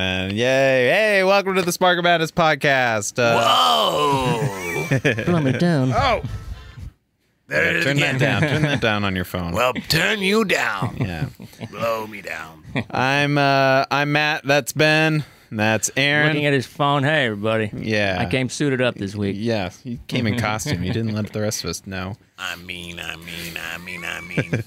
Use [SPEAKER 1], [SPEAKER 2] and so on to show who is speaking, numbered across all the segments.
[SPEAKER 1] Yay. Hey, welcome to the Spark of Madness podcast. Uh,
[SPEAKER 2] Whoa!
[SPEAKER 3] Plumber down.
[SPEAKER 2] oh, there it is
[SPEAKER 1] turn that
[SPEAKER 2] again.
[SPEAKER 1] down. Turn that down on your phone.
[SPEAKER 2] Well, turn you down.
[SPEAKER 1] yeah.
[SPEAKER 2] Blow me down.
[SPEAKER 1] I'm uh I'm Matt. That's Ben. And That's Aaron.
[SPEAKER 3] Looking at his phone. Hey, everybody.
[SPEAKER 1] yeah.
[SPEAKER 3] I came suited up this week.
[SPEAKER 1] Yeah, he came in costume. He didn't let the rest of us know.
[SPEAKER 2] I mean, I mean, I mean, I mean.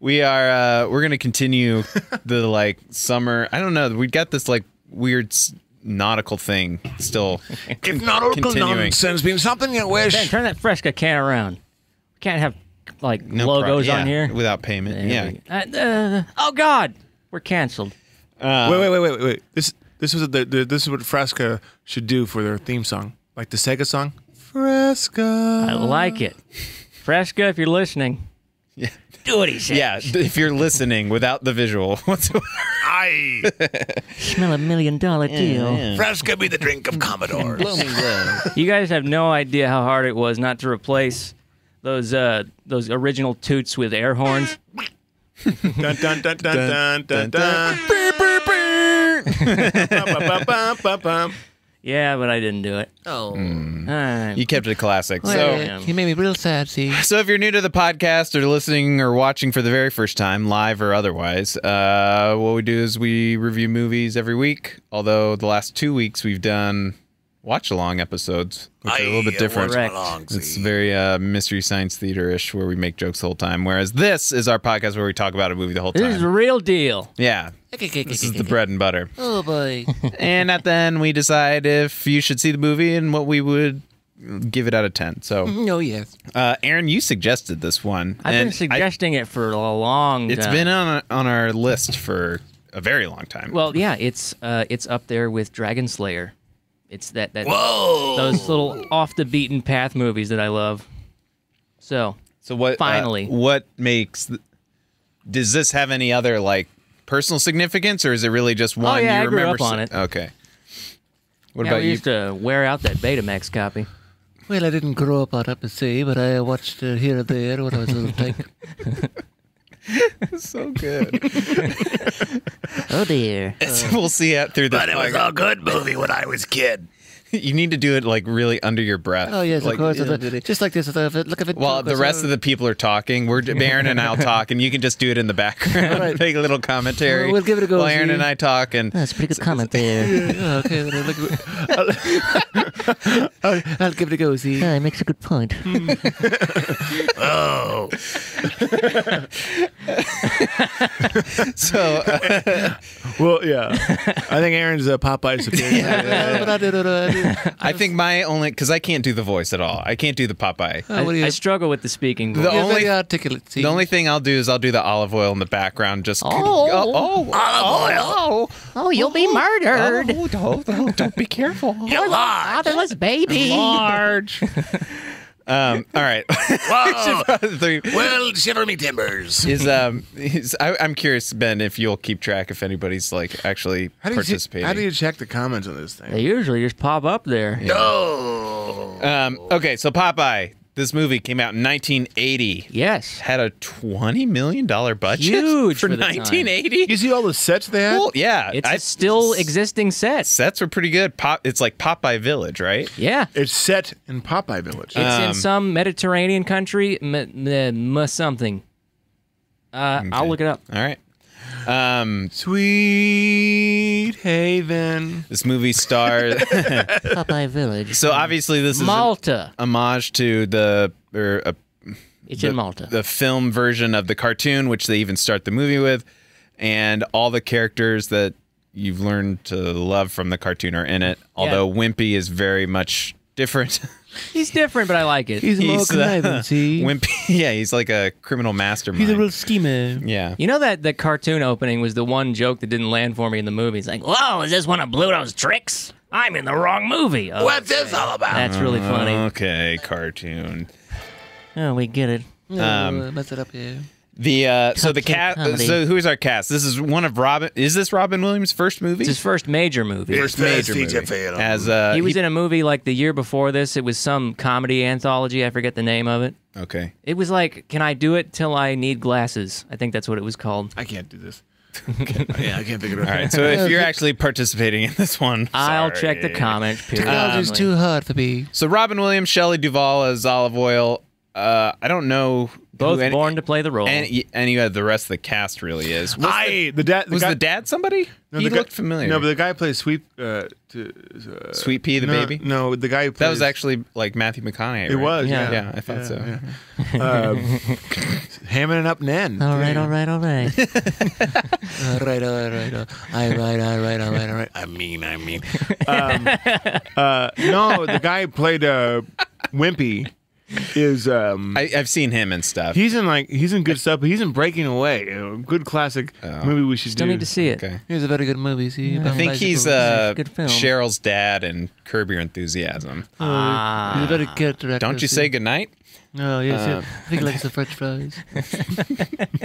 [SPEAKER 1] We are uh we're going to continue the like summer. I don't know. We got this like weird s- nautical thing still.
[SPEAKER 2] if nautical
[SPEAKER 1] Continuing.
[SPEAKER 2] nonsense means something you wish,
[SPEAKER 3] Ben, turn that Fresca can around. We can't have like
[SPEAKER 1] No pro-
[SPEAKER 3] logos
[SPEAKER 1] yeah,
[SPEAKER 3] on here.
[SPEAKER 1] without payment.
[SPEAKER 3] There
[SPEAKER 1] yeah.
[SPEAKER 3] we- Uh, uh, oh God, we're canceled.
[SPEAKER 4] Wait, wait, wait, wait, wait. This this was the, the, this is what Fresca should do for their theme song, like the Sega song. Fresca.
[SPEAKER 3] I like it. Fresca, if you're listening,
[SPEAKER 1] Yeah.
[SPEAKER 3] do what he says.
[SPEAKER 1] Yeah, d- if you're listening without the visual whatsoever.
[SPEAKER 2] I
[SPEAKER 3] smell a million dollar deal.
[SPEAKER 2] Fresca be the drink of Commodore.
[SPEAKER 5] Oh,
[SPEAKER 3] You guys have no idea how hard it was not to replace those uh, those original toots with air horns.
[SPEAKER 4] Dun dun dun dun dun dun dun. Ba, ba, ba, ba.
[SPEAKER 3] Yeah, but I didn't do it.
[SPEAKER 2] Oh,
[SPEAKER 1] Mm.
[SPEAKER 3] Uh,
[SPEAKER 1] You kept it a classic.
[SPEAKER 3] yeah.
[SPEAKER 1] So,
[SPEAKER 5] Mm. Oh, He made me real sad, see.
[SPEAKER 1] so if you're new to the podcast or listening or watching for the very first time, live or otherwise, uh, what we do is we review movies every week. Although the last two weeks we've done watch along episodes, which are a little bit different.
[SPEAKER 3] Correct.
[SPEAKER 1] It's very uh, mystery science theater ish where we make jokes the whole time. Whereas this is our podcast where we talk about a movie the whole
[SPEAKER 3] this is the
[SPEAKER 1] time.
[SPEAKER 3] real deal.
[SPEAKER 1] Yeah. This is the bread and butter.
[SPEAKER 5] Oh boy.
[SPEAKER 1] and at the end we decide if you should see the movie and what we would give it out of 10 so
[SPEAKER 5] No, Oh, yes.
[SPEAKER 1] uh, aaron you suggested this one
[SPEAKER 3] I've
[SPEAKER 1] and
[SPEAKER 3] been suggesting it for a long
[SPEAKER 1] I,
[SPEAKER 3] time.
[SPEAKER 1] it's been on, on our list for a very long time
[SPEAKER 3] well, yeah, it's uh, it's up there with Dragon Slayer. It's that that
[SPEAKER 2] Whoa!
[SPEAKER 3] those little off the beaten path movies that I love. So
[SPEAKER 1] so what uh,
[SPEAKER 3] finally.
[SPEAKER 1] what makes th- does this have any other like personal significance or is it really
[SPEAKER 5] Oh,
[SPEAKER 1] just one
[SPEAKER 3] yeah,
[SPEAKER 1] you
[SPEAKER 3] I grew
[SPEAKER 1] remember
[SPEAKER 3] up on
[SPEAKER 1] so-
[SPEAKER 3] it.
[SPEAKER 1] okay what
[SPEAKER 3] yeah,
[SPEAKER 1] about
[SPEAKER 3] we
[SPEAKER 1] you
[SPEAKER 3] used to wear out that Betamax copy.
[SPEAKER 5] Well, I didn't grow up on up and see, but I watched uh, here and there when I was a little tyke.
[SPEAKER 1] so good
[SPEAKER 5] oh dear.
[SPEAKER 1] we'll see it through
[SPEAKER 2] but it was
[SPEAKER 1] the
[SPEAKER 2] a good movie when I was kid.
[SPEAKER 1] you need to do it like really under your breath
[SPEAKER 5] Oh yes,
[SPEAKER 1] Like,
[SPEAKER 5] of course.
[SPEAKER 1] yeah,
[SPEAKER 5] uh, just like this. Uh, look at it.
[SPEAKER 1] While the rest of the people are talking, we're Aaron and I'll talk, and you can just do it in the background.
[SPEAKER 5] All right.
[SPEAKER 1] Take a little commentary.
[SPEAKER 5] We'll- we'll give it a go,
[SPEAKER 1] While Aaron
[SPEAKER 5] Z.
[SPEAKER 1] and I talk, and
[SPEAKER 3] That's a pretty good comment there.
[SPEAKER 5] Oh, okay. well, then look, I'll, I'll give it a go. See.
[SPEAKER 3] yeah, it makes a good point.
[SPEAKER 1] Hmm.
[SPEAKER 2] Oh,
[SPEAKER 1] so uh,
[SPEAKER 4] Well, yeah. I think Aaron's a Popeye superior.
[SPEAKER 5] Uh, but I did it, uh, I did it.
[SPEAKER 1] I think my only because I can't do the voice at all. I can't do the Popeye.
[SPEAKER 5] Oh,
[SPEAKER 3] I,
[SPEAKER 5] what do you?
[SPEAKER 3] I struggle with the speaking.
[SPEAKER 1] The
[SPEAKER 3] voice.
[SPEAKER 5] you're
[SPEAKER 1] only-
[SPEAKER 5] very articulate. See.
[SPEAKER 1] The only thing I'll do is I'll do the olive oil in the background. Just oh,
[SPEAKER 2] Olive
[SPEAKER 1] oh, oh,
[SPEAKER 3] oh, you'll be murdered.
[SPEAKER 1] oh, don't, don't, don't be careful.
[SPEAKER 2] you lied.
[SPEAKER 3] Fatherless baby.
[SPEAKER 1] Large. Um, all right.
[SPEAKER 2] Whoa!
[SPEAKER 1] Three.
[SPEAKER 2] well, shiver me timbers.
[SPEAKER 1] Is um, is, I, I'm curious, Ben, if you'll keep track if anybody's like actually
[SPEAKER 4] How do, you, che-
[SPEAKER 1] participating.
[SPEAKER 4] how do you check the comments on this thing?
[SPEAKER 3] They usually just pop up there.
[SPEAKER 2] Oh,
[SPEAKER 1] Um, okay, so Popeye, this movie came out in 1980.
[SPEAKER 3] Yes.
[SPEAKER 1] Had a 20 million dollar budget
[SPEAKER 3] Huge
[SPEAKER 1] for
[SPEAKER 3] for the time.
[SPEAKER 1] 1980.
[SPEAKER 4] You see all the sets they had?
[SPEAKER 1] Cool, yeah,
[SPEAKER 3] It's
[SPEAKER 1] I-
[SPEAKER 3] a still existing set.
[SPEAKER 1] sets were pretty good. Pop, it's like Popeye Village, right?
[SPEAKER 3] Yeah.
[SPEAKER 4] It's set in Popeye Village.
[SPEAKER 3] It's
[SPEAKER 1] Um,
[SPEAKER 3] in some Mediterranean country, m- m- m- something. Uh, I'll look it up.
[SPEAKER 1] All right. Um,
[SPEAKER 4] Sweet Haven.
[SPEAKER 1] this movie stars.
[SPEAKER 3] Popeye Village.
[SPEAKER 1] so obviously this is an
[SPEAKER 3] Malta.
[SPEAKER 1] homage to the or a
[SPEAKER 3] It's in Malta.
[SPEAKER 1] the film version of the cartoon, which they even start the movie with, and all the characters that you've learned to love from the cartoon are in it. Although Wimpy is very much different.
[SPEAKER 3] He's different, but I like it.
[SPEAKER 5] He's a more
[SPEAKER 1] He's, uh,
[SPEAKER 5] conniving. See.
[SPEAKER 1] Wimpy, yeah, he's like a criminal mastermind.
[SPEAKER 5] He's a real schemer.
[SPEAKER 1] yeah.
[SPEAKER 3] You know that the cartoon opening was the one joke that didn't land for me in the movie. It's like, whoa, is this one of Bluto's tricks? I'm in the wrong movie. Oh,
[SPEAKER 2] what's this all about?
[SPEAKER 3] That's really
[SPEAKER 1] Uh,
[SPEAKER 3] funny.
[SPEAKER 1] Okay, cartoon.
[SPEAKER 3] Oh, we get it.
[SPEAKER 5] Oh, uh,
[SPEAKER 1] Um,
[SPEAKER 5] mess it up here.
[SPEAKER 1] The uh, so the
[SPEAKER 3] Cartoon
[SPEAKER 1] cast.
[SPEAKER 3] comedy.
[SPEAKER 1] So who's our cast? This is one of Robin. Is this Robin Williams' first movie?
[SPEAKER 3] It's his first major movie.
[SPEAKER 2] Yes.
[SPEAKER 1] first major
[SPEAKER 2] First feature
[SPEAKER 1] movie.
[SPEAKER 2] film.
[SPEAKER 1] As uh,
[SPEAKER 3] He was in a movie like the year before this. It was some comedy anthology. I forget the name of it.
[SPEAKER 1] okay.
[SPEAKER 3] It was like, Can I Do It Till I Need Glasses? I think that's what it was called.
[SPEAKER 4] I can't do this. yeah, I can't figure
[SPEAKER 1] All
[SPEAKER 4] it out.
[SPEAKER 1] right, so if you're actually participating in this one,
[SPEAKER 3] I'll
[SPEAKER 1] sorry.
[SPEAKER 3] check the comments.
[SPEAKER 5] Technology's
[SPEAKER 3] periodically.
[SPEAKER 5] too hard for me.
[SPEAKER 1] So Robin Williams, Shelley Duvall as Olive Oil. Uh, I don't know
[SPEAKER 3] Both
[SPEAKER 1] who any,
[SPEAKER 3] born to play the role.
[SPEAKER 1] any, any of the rest of the cast really is. Was,
[SPEAKER 4] I the dad
[SPEAKER 1] was
[SPEAKER 4] guy,
[SPEAKER 1] the dad somebody?
[SPEAKER 4] no,
[SPEAKER 1] he
[SPEAKER 4] the guy-
[SPEAKER 1] looked familiar.
[SPEAKER 4] No, but the guy plays sweep. Uh, to, uh,
[SPEAKER 1] Sweet Pea the
[SPEAKER 4] no,
[SPEAKER 1] baby.
[SPEAKER 4] No, the guy who plays,
[SPEAKER 1] that was actually like Matthew McConaughey.
[SPEAKER 4] it
[SPEAKER 1] right?
[SPEAKER 4] was.
[SPEAKER 3] Yeah.
[SPEAKER 4] Yeah,
[SPEAKER 1] Yeah, I thought so.
[SPEAKER 4] yeah. Um, hamming it up, Nen.
[SPEAKER 5] All right, all right, all right. all Uh, right, all right, all right. All right, all right, all right, all right.
[SPEAKER 2] I mean, I mean.
[SPEAKER 4] Um, Uh, no, the guy who played uh, Wimpy is um,
[SPEAKER 1] I, I've seen him and stuff.
[SPEAKER 4] he's in like he's in good stuff. But he's in Breaking Away, a good classic
[SPEAKER 1] Oh.
[SPEAKER 4] movie we should
[SPEAKER 3] Still
[SPEAKER 4] do.
[SPEAKER 3] need to see it.
[SPEAKER 1] okay.
[SPEAKER 5] Here's a very good movie. See,
[SPEAKER 1] I think he's
[SPEAKER 5] a.
[SPEAKER 1] uh,
[SPEAKER 3] a good film.
[SPEAKER 1] Cheryl's dad and Curb Your Enthusiasm.
[SPEAKER 5] he's a very character actor.
[SPEAKER 1] Don't you
[SPEAKER 5] see.
[SPEAKER 1] say goodnight?
[SPEAKER 5] No, yes, yes. I think he likes the French fries.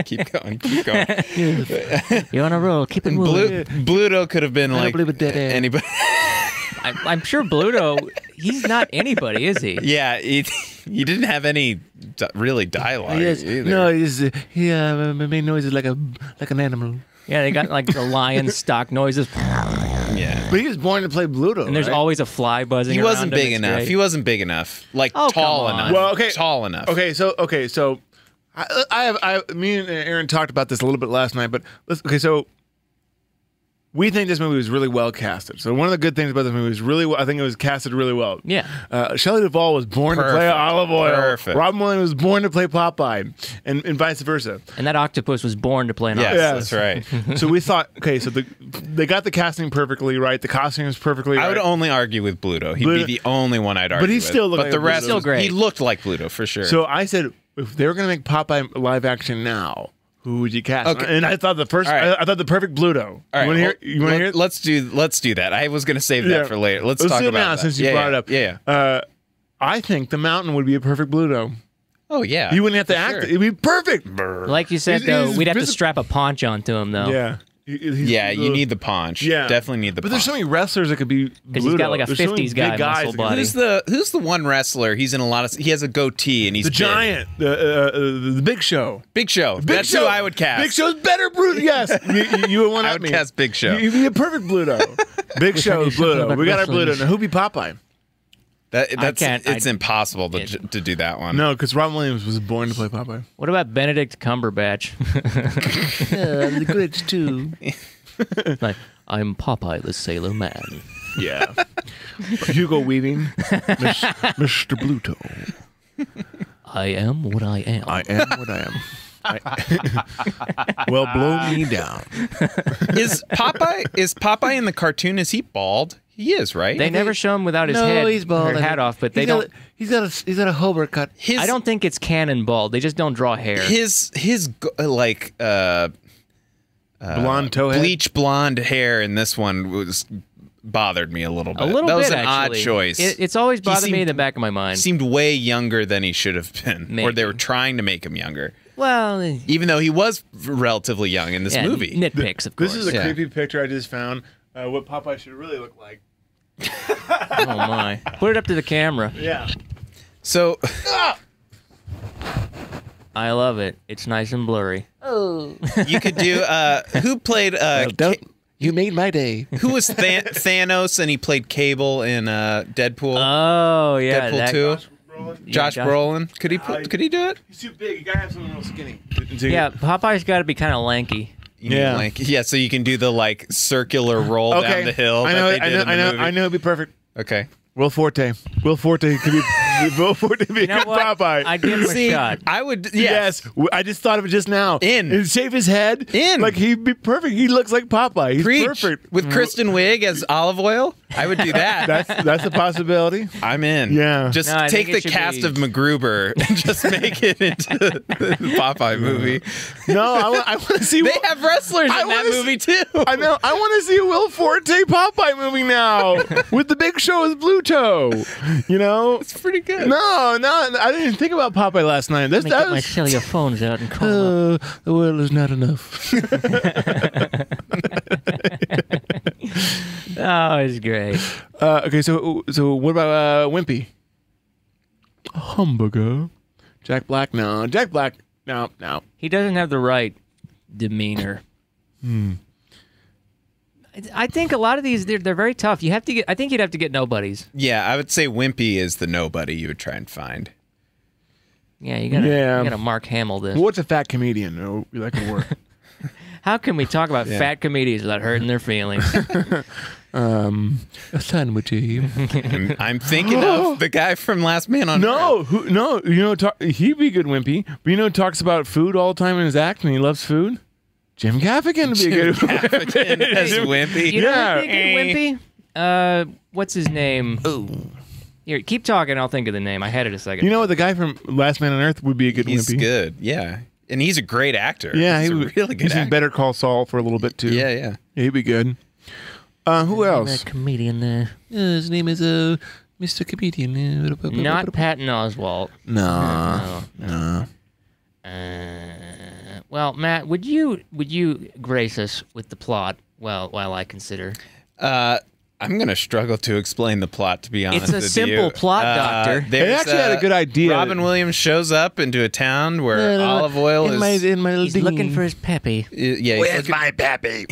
[SPEAKER 1] Keep going. Keep going.
[SPEAKER 3] You're on a roll. Keep it moving.
[SPEAKER 1] Blu- Bluto could have been
[SPEAKER 5] don't
[SPEAKER 1] like
[SPEAKER 5] believe a dead end.
[SPEAKER 1] anybody.
[SPEAKER 3] I, I'm sure Bluto. He's not anybody, is he?
[SPEAKER 1] yeah, he, he didn't have any di- really dialogue
[SPEAKER 5] yes,
[SPEAKER 1] either.
[SPEAKER 5] no, he's uh, he uh, made noises like a like an animal.
[SPEAKER 3] Yeah, they got like the lion stock noises,
[SPEAKER 1] yeah.
[SPEAKER 4] But he was born to play Bluto.
[SPEAKER 3] and there's
[SPEAKER 4] right?
[SPEAKER 3] always a fly buzzing.
[SPEAKER 1] He
[SPEAKER 3] around
[SPEAKER 1] wasn't
[SPEAKER 3] him.
[SPEAKER 1] big
[SPEAKER 3] It's
[SPEAKER 1] enough.
[SPEAKER 3] great.
[SPEAKER 1] He wasn't big enough. Like
[SPEAKER 3] Oh, come
[SPEAKER 1] tall
[SPEAKER 3] on.
[SPEAKER 1] enough.
[SPEAKER 4] Well, okay.
[SPEAKER 1] Tall enough.
[SPEAKER 4] Okay, so okay, so I, I have I me and Aaron talked about this a little bit last night, but let's, okay, so we think this movie was really well casted. So one of the good things about this movie is really well- I think it was casted really well.
[SPEAKER 3] Yeah.
[SPEAKER 4] Uh, Shelley Duvall was born to play
[SPEAKER 1] Perfect.
[SPEAKER 4] Olive Oil.
[SPEAKER 1] Perfect.
[SPEAKER 4] Robin Williams was born to play Popeye, and and vice versa.
[SPEAKER 3] and that octopus was born to play an
[SPEAKER 1] Yes,
[SPEAKER 3] octopus.
[SPEAKER 1] that's right.
[SPEAKER 4] so we thought, okay, so the, they got the casting perfectly right. The costume was perfectly right.
[SPEAKER 1] I would only argue with Bluto. He'd
[SPEAKER 4] Bluto-
[SPEAKER 1] be the only one I'd argue.
[SPEAKER 4] he
[SPEAKER 1] with.
[SPEAKER 4] still looked
[SPEAKER 1] But
[SPEAKER 4] like
[SPEAKER 1] the
[SPEAKER 4] a
[SPEAKER 1] rest,
[SPEAKER 4] Bluto.
[SPEAKER 3] Still great.
[SPEAKER 1] He looked like Bluto for sure.
[SPEAKER 4] so I said, if they were going to make Popeye live action now, who would you cast?
[SPEAKER 1] Okay.
[SPEAKER 4] And I thought the first,
[SPEAKER 1] All right.
[SPEAKER 4] I, I thought the perfect Bluto.
[SPEAKER 1] All right,
[SPEAKER 4] you want to
[SPEAKER 1] well,
[SPEAKER 4] hear? You want to
[SPEAKER 1] let-
[SPEAKER 4] hear?
[SPEAKER 1] Let's do. Let's do that. I was going to save that
[SPEAKER 4] Yeah.
[SPEAKER 1] for later. Let's,
[SPEAKER 4] Let's
[SPEAKER 1] talk
[SPEAKER 4] do it
[SPEAKER 1] about
[SPEAKER 4] now
[SPEAKER 1] that.
[SPEAKER 4] since you
[SPEAKER 1] Yeah,
[SPEAKER 4] brought
[SPEAKER 1] yeah,
[SPEAKER 4] it up.
[SPEAKER 1] Yeah. yeah.
[SPEAKER 4] Uh, I think the mountain would be a perfect Bluto.
[SPEAKER 1] oh yeah.
[SPEAKER 4] You wouldn't have to
[SPEAKER 1] for
[SPEAKER 4] act.
[SPEAKER 1] sure.
[SPEAKER 4] It'd be perfect.
[SPEAKER 3] Like you said,
[SPEAKER 4] He's-
[SPEAKER 3] though,
[SPEAKER 4] he's
[SPEAKER 3] we'd have to
[SPEAKER 4] visible.
[SPEAKER 3] strap a paunch onto him, though.
[SPEAKER 4] Yeah. He- he's-
[SPEAKER 1] Yeah, you
[SPEAKER 4] uh,
[SPEAKER 1] need the paunch.
[SPEAKER 4] Yeah.
[SPEAKER 1] definitely need the.
[SPEAKER 4] But
[SPEAKER 1] paunch.
[SPEAKER 4] there's so many wrestlers that could be. Because
[SPEAKER 3] he's got like a 50s guy muscle body.
[SPEAKER 1] Who's the Who's the one wrestler? He's in a lot of. He has a goatee and he's
[SPEAKER 4] The
[SPEAKER 1] big.
[SPEAKER 4] giant, the uh, uh, the Big Show.
[SPEAKER 1] Big Show.
[SPEAKER 4] Big
[SPEAKER 1] That's
[SPEAKER 4] Show.
[SPEAKER 1] who I would cast.
[SPEAKER 4] Big Show's better, Bruto. Yes, you, you, you would want
[SPEAKER 1] I
[SPEAKER 4] at
[SPEAKER 1] would
[SPEAKER 4] me.
[SPEAKER 1] cast Big Show.
[SPEAKER 4] You- You'd be a perfect Bluto. Big Show is
[SPEAKER 5] should talk
[SPEAKER 4] Bluto.
[SPEAKER 5] about
[SPEAKER 4] We got our
[SPEAKER 5] wrestling.
[SPEAKER 4] Bluto. Now, who be Popeye?
[SPEAKER 1] That, that's,
[SPEAKER 3] can't-
[SPEAKER 1] It's
[SPEAKER 3] I-
[SPEAKER 1] impossible to, j to do that one.
[SPEAKER 4] No, because Robin Williams was born to play Popeye.
[SPEAKER 3] What about Benedict Cumberbatch?
[SPEAKER 5] Yeah, the grits too.
[SPEAKER 3] like, I'm Popeye the Sailor Man.
[SPEAKER 4] Yeah. Hugo Weaving, Mis- Mr. Bluto.
[SPEAKER 3] I am what I am.
[SPEAKER 4] I am what I am. I- well, blow me down.
[SPEAKER 1] Is Popeye is Popeye in the cartoon? Is he bald? He is, right?
[SPEAKER 3] they never show him without his
[SPEAKER 5] no,
[SPEAKER 3] head
[SPEAKER 5] he's bald.
[SPEAKER 3] or
[SPEAKER 5] I
[SPEAKER 3] hat
[SPEAKER 5] think.
[SPEAKER 3] off, but they
[SPEAKER 5] he's
[SPEAKER 3] don't.
[SPEAKER 5] Got, a- he's got a he's got a Hobart cut.
[SPEAKER 1] his,
[SPEAKER 3] I don't think it's canon bald. They just don't draw hair.
[SPEAKER 1] His his go- uh, like uh,
[SPEAKER 4] Blonde toehead.
[SPEAKER 1] bleach blonde hair in this one was bothered me a little bit.
[SPEAKER 3] a little
[SPEAKER 1] that
[SPEAKER 3] bit
[SPEAKER 1] was an
[SPEAKER 3] actually.
[SPEAKER 1] odd choice.
[SPEAKER 3] It, it's always bothered me in
[SPEAKER 1] seemed-
[SPEAKER 3] the back of my mind.
[SPEAKER 1] seemed way younger than he should have been, or they
[SPEAKER 3] Maybe.
[SPEAKER 1] were trying to make him younger,
[SPEAKER 3] well,
[SPEAKER 1] even though he was relatively young in this
[SPEAKER 3] yeah,
[SPEAKER 1] movie.
[SPEAKER 3] nitpicks of course.
[SPEAKER 4] This is a
[SPEAKER 1] Yeah.
[SPEAKER 4] creepy picture I just found. Uh, what Popeye should really look like.
[SPEAKER 3] oh my! Put it up to the camera.
[SPEAKER 4] Yeah.
[SPEAKER 1] so
[SPEAKER 3] I love it. It's nice and blurry.
[SPEAKER 1] you could do uh, who played uh,
[SPEAKER 5] Don't you made my day?
[SPEAKER 1] Ca- who was Than- Thanos and he played Cable in uh, Deadpool.
[SPEAKER 3] Oh yeah,
[SPEAKER 1] Deadpool
[SPEAKER 3] that-
[SPEAKER 1] two.
[SPEAKER 4] Roland,
[SPEAKER 1] Josh
[SPEAKER 3] Josh-
[SPEAKER 1] Brolin. Could he pl-
[SPEAKER 4] I-
[SPEAKER 1] could he do it?
[SPEAKER 4] He's too big. You gotta have someone real skinny.
[SPEAKER 3] Yeah, Popeye's got to be kind of lanky.
[SPEAKER 4] Yeah.
[SPEAKER 1] Like yeah, so you can do the like circular roll
[SPEAKER 4] Okay.
[SPEAKER 1] down the hill.
[SPEAKER 4] I know.
[SPEAKER 1] That they
[SPEAKER 4] I
[SPEAKER 1] did
[SPEAKER 4] know.
[SPEAKER 1] in the
[SPEAKER 4] I know.
[SPEAKER 1] movie.
[SPEAKER 4] I know. It'd be perfect.
[SPEAKER 1] Okay.
[SPEAKER 4] Will Forte. Will Forte could be. Will Forte could be
[SPEAKER 3] You know what?
[SPEAKER 4] Popeye.
[SPEAKER 3] I'd give him a shot.
[SPEAKER 1] I would
[SPEAKER 4] Yes.
[SPEAKER 1] yes.
[SPEAKER 4] W- I just thought of it just now.
[SPEAKER 1] In.
[SPEAKER 4] and shave his head.
[SPEAKER 1] In.
[SPEAKER 4] like he'd be perfect. He looks like Popeye. He's
[SPEAKER 1] Preach
[SPEAKER 4] perfect. Mm.
[SPEAKER 1] with Kristen Wiig as olive oil. I would do that.
[SPEAKER 4] That's that's a possibility.
[SPEAKER 1] I'm in.
[SPEAKER 4] Yeah.
[SPEAKER 1] Just
[SPEAKER 3] No, I
[SPEAKER 1] take
[SPEAKER 3] think it
[SPEAKER 1] the
[SPEAKER 3] should
[SPEAKER 1] cast
[SPEAKER 3] be-
[SPEAKER 1] of MacGruber and just make it into the Popeye movie.
[SPEAKER 4] No, I, wa- I want to see.
[SPEAKER 1] They
[SPEAKER 4] Will-
[SPEAKER 1] have wrestlers
[SPEAKER 4] I
[SPEAKER 1] in that
[SPEAKER 4] wanna
[SPEAKER 1] movie too.
[SPEAKER 4] I know. I want to see a Will Forte Popeye movie now with the Big Show as Bluto. You know.
[SPEAKER 1] It's pretty good.
[SPEAKER 4] No, no, I didn't even think about Popeye last night. That's, that was
[SPEAKER 3] cellular phones out and call
[SPEAKER 5] Uh, the world is not enough.
[SPEAKER 3] Oh, it's great.
[SPEAKER 4] Uh, okay, so so what about uh, Wimpy? Hamburger. Jack Black? No. Jack Black? No. No.
[SPEAKER 3] He doesn't have the right demeanor. I think a lot of these they're, they're very tough. You have to get. I think you'd have to get nobodies.
[SPEAKER 1] Yeah, I would say Wimpy is the nobody you would try and find.
[SPEAKER 3] Yeah, you gotta.
[SPEAKER 4] Yeah.
[SPEAKER 3] You gotta Mark Hamill this.
[SPEAKER 4] What's a fat comedian? Oh, you like a word.
[SPEAKER 3] How can we talk about fat comedians without hurting their feelings?
[SPEAKER 5] A sandwich. eh?
[SPEAKER 1] I'm, I'm thinking of the guy from Last Man on Earth.
[SPEAKER 4] no, who, no, you know talk, he'd be good wimpy, but you know talks about food all the time in his act, and he loves food. Jim Gaffigan would be a good.
[SPEAKER 1] African as Wimpy.
[SPEAKER 3] You know yeah.
[SPEAKER 4] Yeah.
[SPEAKER 3] Wimpy? Uh, what's his name? Ooh. Here, keep talking. I'll think of the name. I had it a second.
[SPEAKER 4] You know what? The guy from Last Man on Earth would be a good
[SPEAKER 1] He's
[SPEAKER 4] wimpy.
[SPEAKER 1] good. Yeah. And he's a great actor.
[SPEAKER 4] Yeah,
[SPEAKER 1] he's
[SPEAKER 4] he
[SPEAKER 1] a
[SPEAKER 4] would,
[SPEAKER 1] really good
[SPEAKER 4] He's in
[SPEAKER 1] actor.
[SPEAKER 4] Better Call Saul for a little bit too.
[SPEAKER 1] Yeah, yeah.
[SPEAKER 4] he'd be good. Uh, who else?
[SPEAKER 3] that comedian there.
[SPEAKER 5] his name is uh, Mr. Comedian. Uh,
[SPEAKER 3] Not Patton Oswalt.
[SPEAKER 4] No,
[SPEAKER 3] Uh, well, Matt, would you would you grace us with the plot? Well, while I consider,
[SPEAKER 1] Uh, I'm gonna struggle to explain the plot. To be honest,
[SPEAKER 3] a
[SPEAKER 1] with you.
[SPEAKER 3] simple plot,
[SPEAKER 1] Uh,
[SPEAKER 3] Doctor.
[SPEAKER 1] there's,
[SPEAKER 4] They actually had a good idea.
[SPEAKER 1] Robin Williams shows up into a town where olive oil is.
[SPEAKER 5] in my, in my little
[SPEAKER 3] he's looking
[SPEAKER 5] dinghy.
[SPEAKER 3] for his peppy.
[SPEAKER 1] yeah, he's
[SPEAKER 2] Where's
[SPEAKER 1] looking-
[SPEAKER 2] my pappy?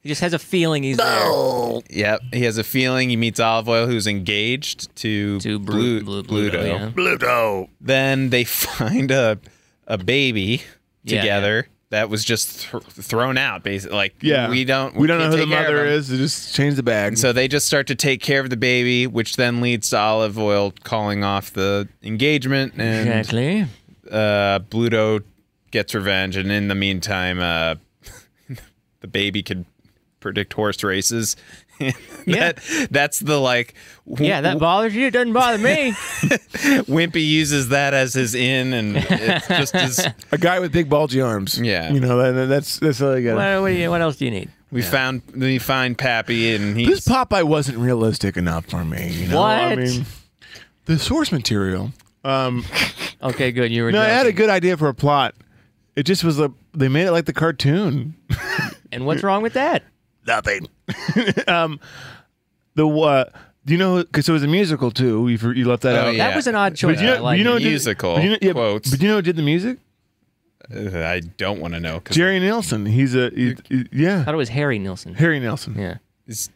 [SPEAKER 3] He just has a feeling he's
[SPEAKER 2] Oh,
[SPEAKER 1] yep. He has a feeling he meets olive oil, who's engaged to,
[SPEAKER 3] there to
[SPEAKER 1] Blu-
[SPEAKER 3] Blu- Blu-
[SPEAKER 1] Bluto.
[SPEAKER 3] Bluto. yeah.
[SPEAKER 2] Pluto.
[SPEAKER 1] Then they find a a baby
[SPEAKER 3] Yeah.
[SPEAKER 1] together that was just th- thrown out. Basically, like
[SPEAKER 4] yeah,
[SPEAKER 1] we don't
[SPEAKER 4] We, don't know
[SPEAKER 1] can't
[SPEAKER 4] who the
[SPEAKER 1] take care of
[SPEAKER 4] mother
[SPEAKER 1] him.
[SPEAKER 4] is. They just change the bag.
[SPEAKER 1] And so they just start to take care of the baby, which then leads to olive oil calling off the engagement and.
[SPEAKER 3] Exactly.
[SPEAKER 1] uh, Bluto gets revenge, and in the meantime, uh, the baby can predict horse races.
[SPEAKER 3] Yeah.
[SPEAKER 1] that, that's the like. W-
[SPEAKER 3] Yeah, that bothers you. It doesn't bother me.
[SPEAKER 1] Wimpy uses that as his in, and it's just as
[SPEAKER 4] a guy with big bulgy arms.
[SPEAKER 1] Yeah.
[SPEAKER 4] you know that, that's that's all you got.
[SPEAKER 3] what, what do you, what else do you need?
[SPEAKER 1] we found we find Pappy, and he's
[SPEAKER 4] this Popeye wasn't realistic enough for me. You know, I
[SPEAKER 3] What?
[SPEAKER 4] mean, the source material. Um,
[SPEAKER 3] Okay, good. You were
[SPEAKER 4] no, I had a
[SPEAKER 3] joking.
[SPEAKER 4] good idea for a plot. It just was a. They made it like the cartoon.
[SPEAKER 3] And what's wrong with that?
[SPEAKER 2] Nothing.
[SPEAKER 4] Um, The uh, do you know? Because it was a musical too. You you left that
[SPEAKER 1] Oh,
[SPEAKER 4] out.
[SPEAKER 1] yeah.
[SPEAKER 3] That was an odd choice.
[SPEAKER 4] But you know,
[SPEAKER 3] I like
[SPEAKER 4] you know who
[SPEAKER 3] it.
[SPEAKER 4] did-
[SPEAKER 1] Musical,
[SPEAKER 4] but you know, yeah,
[SPEAKER 1] quotes.
[SPEAKER 4] But you know who did the music?
[SPEAKER 1] Ugh, uh, I don't want to know. 'cause
[SPEAKER 4] Jerry Nelson. He's a he- he-
[SPEAKER 3] I
[SPEAKER 4] yeah.
[SPEAKER 3] thought it was Harry Nilsson.
[SPEAKER 4] Harry Nelson.
[SPEAKER 3] Yeah.
[SPEAKER 1] is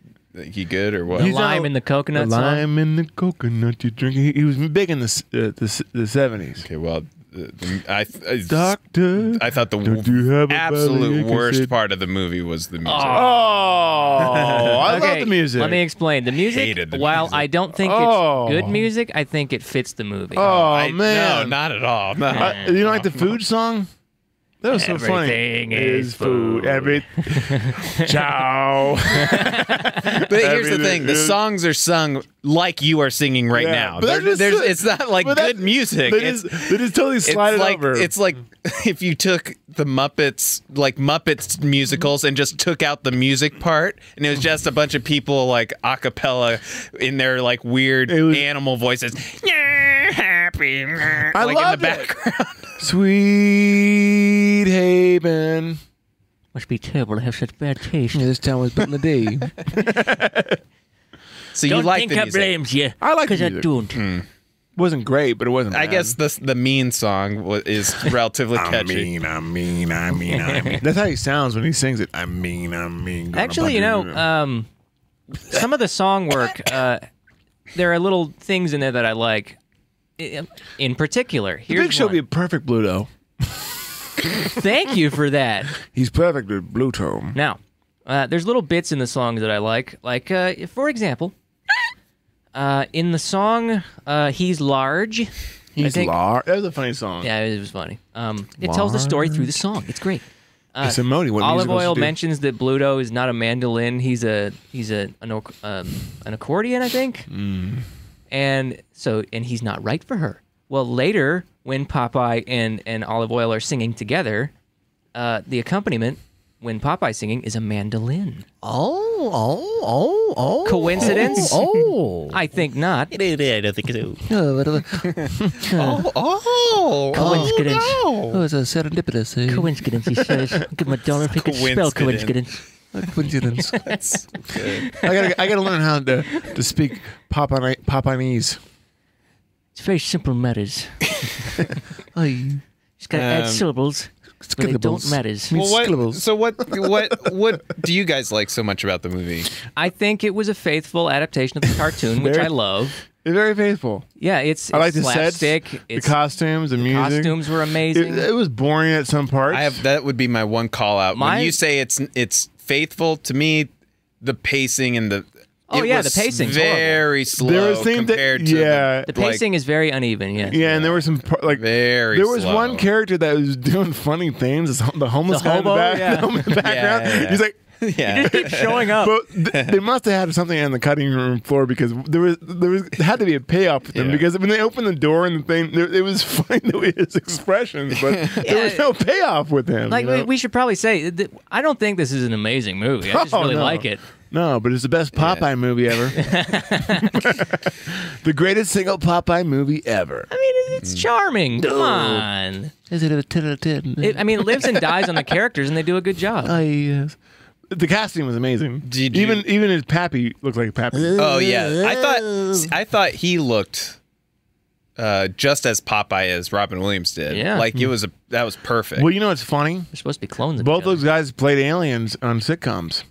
[SPEAKER 1] he good or what?
[SPEAKER 3] The
[SPEAKER 4] He's not-
[SPEAKER 3] lime in the
[SPEAKER 4] The
[SPEAKER 3] coconut song.
[SPEAKER 4] lime in the coconut you drink. He, he was big in the s- uh, the s- the seventies.
[SPEAKER 1] okay, well, the, the, I I,
[SPEAKER 4] Doctor.
[SPEAKER 1] I thought the
[SPEAKER 4] Don't you have a
[SPEAKER 1] absolute
[SPEAKER 4] bellyache? I
[SPEAKER 1] worst
[SPEAKER 4] said-
[SPEAKER 1] part of the movie was the music.
[SPEAKER 4] oh, I love the music.
[SPEAKER 3] Let me explain. The music,
[SPEAKER 1] Hated the
[SPEAKER 3] while
[SPEAKER 1] music.
[SPEAKER 3] I don't think
[SPEAKER 4] Oh.
[SPEAKER 3] it's good music, I think it fits the movie.
[SPEAKER 4] oh
[SPEAKER 1] I-
[SPEAKER 4] man,
[SPEAKER 1] no, not at all. No.
[SPEAKER 4] I- you know, like the food song. That was so funny.
[SPEAKER 3] Everything is food.
[SPEAKER 4] Every ciao.
[SPEAKER 1] But here's the
[SPEAKER 4] Everything
[SPEAKER 1] thing: the
[SPEAKER 4] is-
[SPEAKER 1] songs are sung like you are singing right
[SPEAKER 4] Yeah,
[SPEAKER 1] now.
[SPEAKER 4] but
[SPEAKER 1] There-
[SPEAKER 4] that's just
[SPEAKER 1] there's,
[SPEAKER 4] it.
[SPEAKER 1] it's not like
[SPEAKER 4] But that-
[SPEAKER 1] good music.
[SPEAKER 4] They
[SPEAKER 1] It's,
[SPEAKER 4] just, they just totally
[SPEAKER 1] it's
[SPEAKER 4] slide it
[SPEAKER 1] like
[SPEAKER 4] over.
[SPEAKER 1] it's like if you took the Muppets, like Muppets musicals, and just took out the music part, and it was just a bunch of people like a cappella in their like weird
[SPEAKER 4] It was-
[SPEAKER 1] animal voices. Yeah, happy. I like in
[SPEAKER 4] loved
[SPEAKER 1] the
[SPEAKER 4] it.
[SPEAKER 1] background.
[SPEAKER 4] Sweet Haven.
[SPEAKER 3] Must be terrible to have such bad taste.
[SPEAKER 5] Yeah, this town was built in a day.
[SPEAKER 1] So you
[SPEAKER 3] Don't
[SPEAKER 1] like
[SPEAKER 3] think
[SPEAKER 1] the
[SPEAKER 3] I
[SPEAKER 1] music.
[SPEAKER 3] blames you.
[SPEAKER 4] I like the
[SPEAKER 3] because I
[SPEAKER 4] music.
[SPEAKER 3] don't.
[SPEAKER 4] wasn't great, but it wasn't.
[SPEAKER 1] Hmm. I
[SPEAKER 4] bad.
[SPEAKER 1] guess the the mean song wa- is relatively
[SPEAKER 2] I
[SPEAKER 1] catchy.
[SPEAKER 2] mean, I mean, I mean, I mean.
[SPEAKER 4] that's how he sounds when he sings it.
[SPEAKER 2] I mean, I mean. gonna
[SPEAKER 3] Actually, you know,
[SPEAKER 2] punch
[SPEAKER 3] um, some of the song work, uh, there are little things in there that I like. I- In particular, here's
[SPEAKER 4] Big Show
[SPEAKER 3] one.
[SPEAKER 4] be a perfect Bluto.
[SPEAKER 3] Thank you for that.
[SPEAKER 4] He's perfect with Bluto.
[SPEAKER 3] Now, uh, there's little bits in the songs that I like. Like, uh, for example, uh, in the song uh, "He's Large," I
[SPEAKER 4] He's
[SPEAKER 3] think,
[SPEAKER 4] lar. That was a funny song.
[SPEAKER 3] yeah, it was funny. Um, it tells the story through the song. It's great.
[SPEAKER 4] It's a melody. What
[SPEAKER 3] Olive
[SPEAKER 4] musicals
[SPEAKER 3] Oil
[SPEAKER 4] do.
[SPEAKER 3] mentions that Bluto is not a mandolin. He's a he's a an, orc- um, an accordion, I think.
[SPEAKER 4] Mm.
[SPEAKER 3] And so and he's not right for her. Well, later when Popeye and and Olive Oil are singing together, uh, the accompaniment when Popeye's singing is a mandolin.
[SPEAKER 5] Oh, oh, oh, oh.
[SPEAKER 3] Coincidence?
[SPEAKER 5] Oh.
[SPEAKER 3] I think not.
[SPEAKER 5] I don't think so. No, but, uh,
[SPEAKER 1] Oh, oh,
[SPEAKER 3] Coincidence.
[SPEAKER 1] oh, no.
[SPEAKER 5] oh, it's a serendipitous eh?
[SPEAKER 3] Coincidence, he says. Give him a dollar if he could spell
[SPEAKER 1] Coincidence.
[SPEAKER 3] coincidence.
[SPEAKER 5] coincidence.
[SPEAKER 1] That's good.
[SPEAKER 4] I gotta, I gotta learn how to to speak Popeye Popeyeese.
[SPEAKER 3] It's very simple matters.
[SPEAKER 5] Aye.
[SPEAKER 3] Just gotta add
[SPEAKER 1] Um,
[SPEAKER 3] syllables. but they don't
[SPEAKER 5] Skillables.
[SPEAKER 3] matter.
[SPEAKER 1] Well, what,
[SPEAKER 5] Syllables.
[SPEAKER 1] so what what what do you guys like so much about the movie?
[SPEAKER 3] I think it was a faithful adaptation of the cartoon, which
[SPEAKER 4] Very-
[SPEAKER 3] I love.
[SPEAKER 4] They're very faithful.
[SPEAKER 3] Yeah, it's,
[SPEAKER 4] I like
[SPEAKER 3] it's
[SPEAKER 4] the sets,
[SPEAKER 3] slapstick.
[SPEAKER 4] the
[SPEAKER 3] it's
[SPEAKER 4] costumes, the, music.
[SPEAKER 3] costumes were amazing.
[SPEAKER 4] It, it was boring at some parts.
[SPEAKER 1] I have that would be my one call out.
[SPEAKER 3] My-
[SPEAKER 1] when you say it's it's faithful to me, the pacing and the
[SPEAKER 3] Oh,
[SPEAKER 1] it
[SPEAKER 3] yeah,
[SPEAKER 1] was
[SPEAKER 3] the pacing's
[SPEAKER 1] very slow
[SPEAKER 4] there was things
[SPEAKER 1] compared
[SPEAKER 4] that
[SPEAKER 1] to
[SPEAKER 4] yeah,
[SPEAKER 3] the
[SPEAKER 1] like-
[SPEAKER 3] pacing is very uneven. Yes.
[SPEAKER 4] yeah, and there were some par- like
[SPEAKER 1] the very
[SPEAKER 4] there was
[SPEAKER 1] slow.
[SPEAKER 4] one character that was doing funny things. this hom- The homeless
[SPEAKER 3] The
[SPEAKER 4] guy
[SPEAKER 3] hobo,
[SPEAKER 4] in the, back,
[SPEAKER 3] yeah.
[SPEAKER 4] the homeless background.
[SPEAKER 1] yeah, yeah.
[SPEAKER 4] He's like,
[SPEAKER 1] yeah.
[SPEAKER 3] Keep showing up.
[SPEAKER 4] but th- they must have had something on the cutting room floor because there was there was had to be a payoff with them
[SPEAKER 1] Yeah.
[SPEAKER 4] because when they opened the door and the thing, there, it was funny the way his expressions, but there was
[SPEAKER 3] Yeah.
[SPEAKER 4] no payoff with him.
[SPEAKER 3] Like
[SPEAKER 4] you know?
[SPEAKER 3] we, we should probably say, that I don't think this is an amazing movie. I just
[SPEAKER 4] Oh,
[SPEAKER 3] really
[SPEAKER 4] no.
[SPEAKER 3] like it.
[SPEAKER 4] No, but it's the best Popeye movie ever. the greatest single Popeye movie ever.
[SPEAKER 3] I mean, it- it's charming. Come on.
[SPEAKER 5] Is it a tit a tit?
[SPEAKER 3] It, I mean, it lives and dies on the characters, and they do a good job.
[SPEAKER 5] I, yes.
[SPEAKER 4] Ah, The casting was amazing.
[SPEAKER 1] Did you-
[SPEAKER 4] even even his pappy looked like pappy.
[SPEAKER 1] Oh yeah, I thought I thought he looked uh, just as Popeye as Robin Williams did.
[SPEAKER 3] Yeah.
[SPEAKER 1] like it was a that was perfect.
[SPEAKER 4] Hmm. well, you know what's funny?
[SPEAKER 3] They're supposed to be clones. Of
[SPEAKER 4] Both
[SPEAKER 3] Both
[SPEAKER 4] those guys played aliens on sitcoms.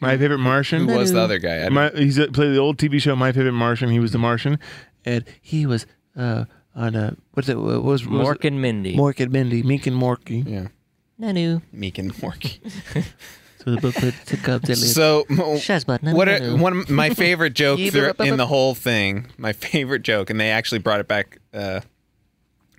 [SPEAKER 4] My favorite Martian
[SPEAKER 1] Who was the other guy? I don't-
[SPEAKER 4] My, he's uh, played the old TV show My Favorite Martian. He was the Martian, and
[SPEAKER 5] He was uh, on a what's it? What was what was
[SPEAKER 3] Mork and Mindy.
[SPEAKER 5] it? Mork and Mindy, Meek and Morky.
[SPEAKER 1] yeah,
[SPEAKER 3] Nanu.
[SPEAKER 1] Meek and Morky.
[SPEAKER 5] So the book put the cubs at least.
[SPEAKER 1] So m-
[SPEAKER 5] Shazbot,
[SPEAKER 1] what
[SPEAKER 5] no,
[SPEAKER 1] are,
[SPEAKER 5] no.
[SPEAKER 1] one of my favorite joke
[SPEAKER 5] Yee,
[SPEAKER 1] thro-
[SPEAKER 5] bup, bup,
[SPEAKER 1] in
[SPEAKER 5] bup.
[SPEAKER 1] the whole thing, my favorite joke, and they actually brought it back uh,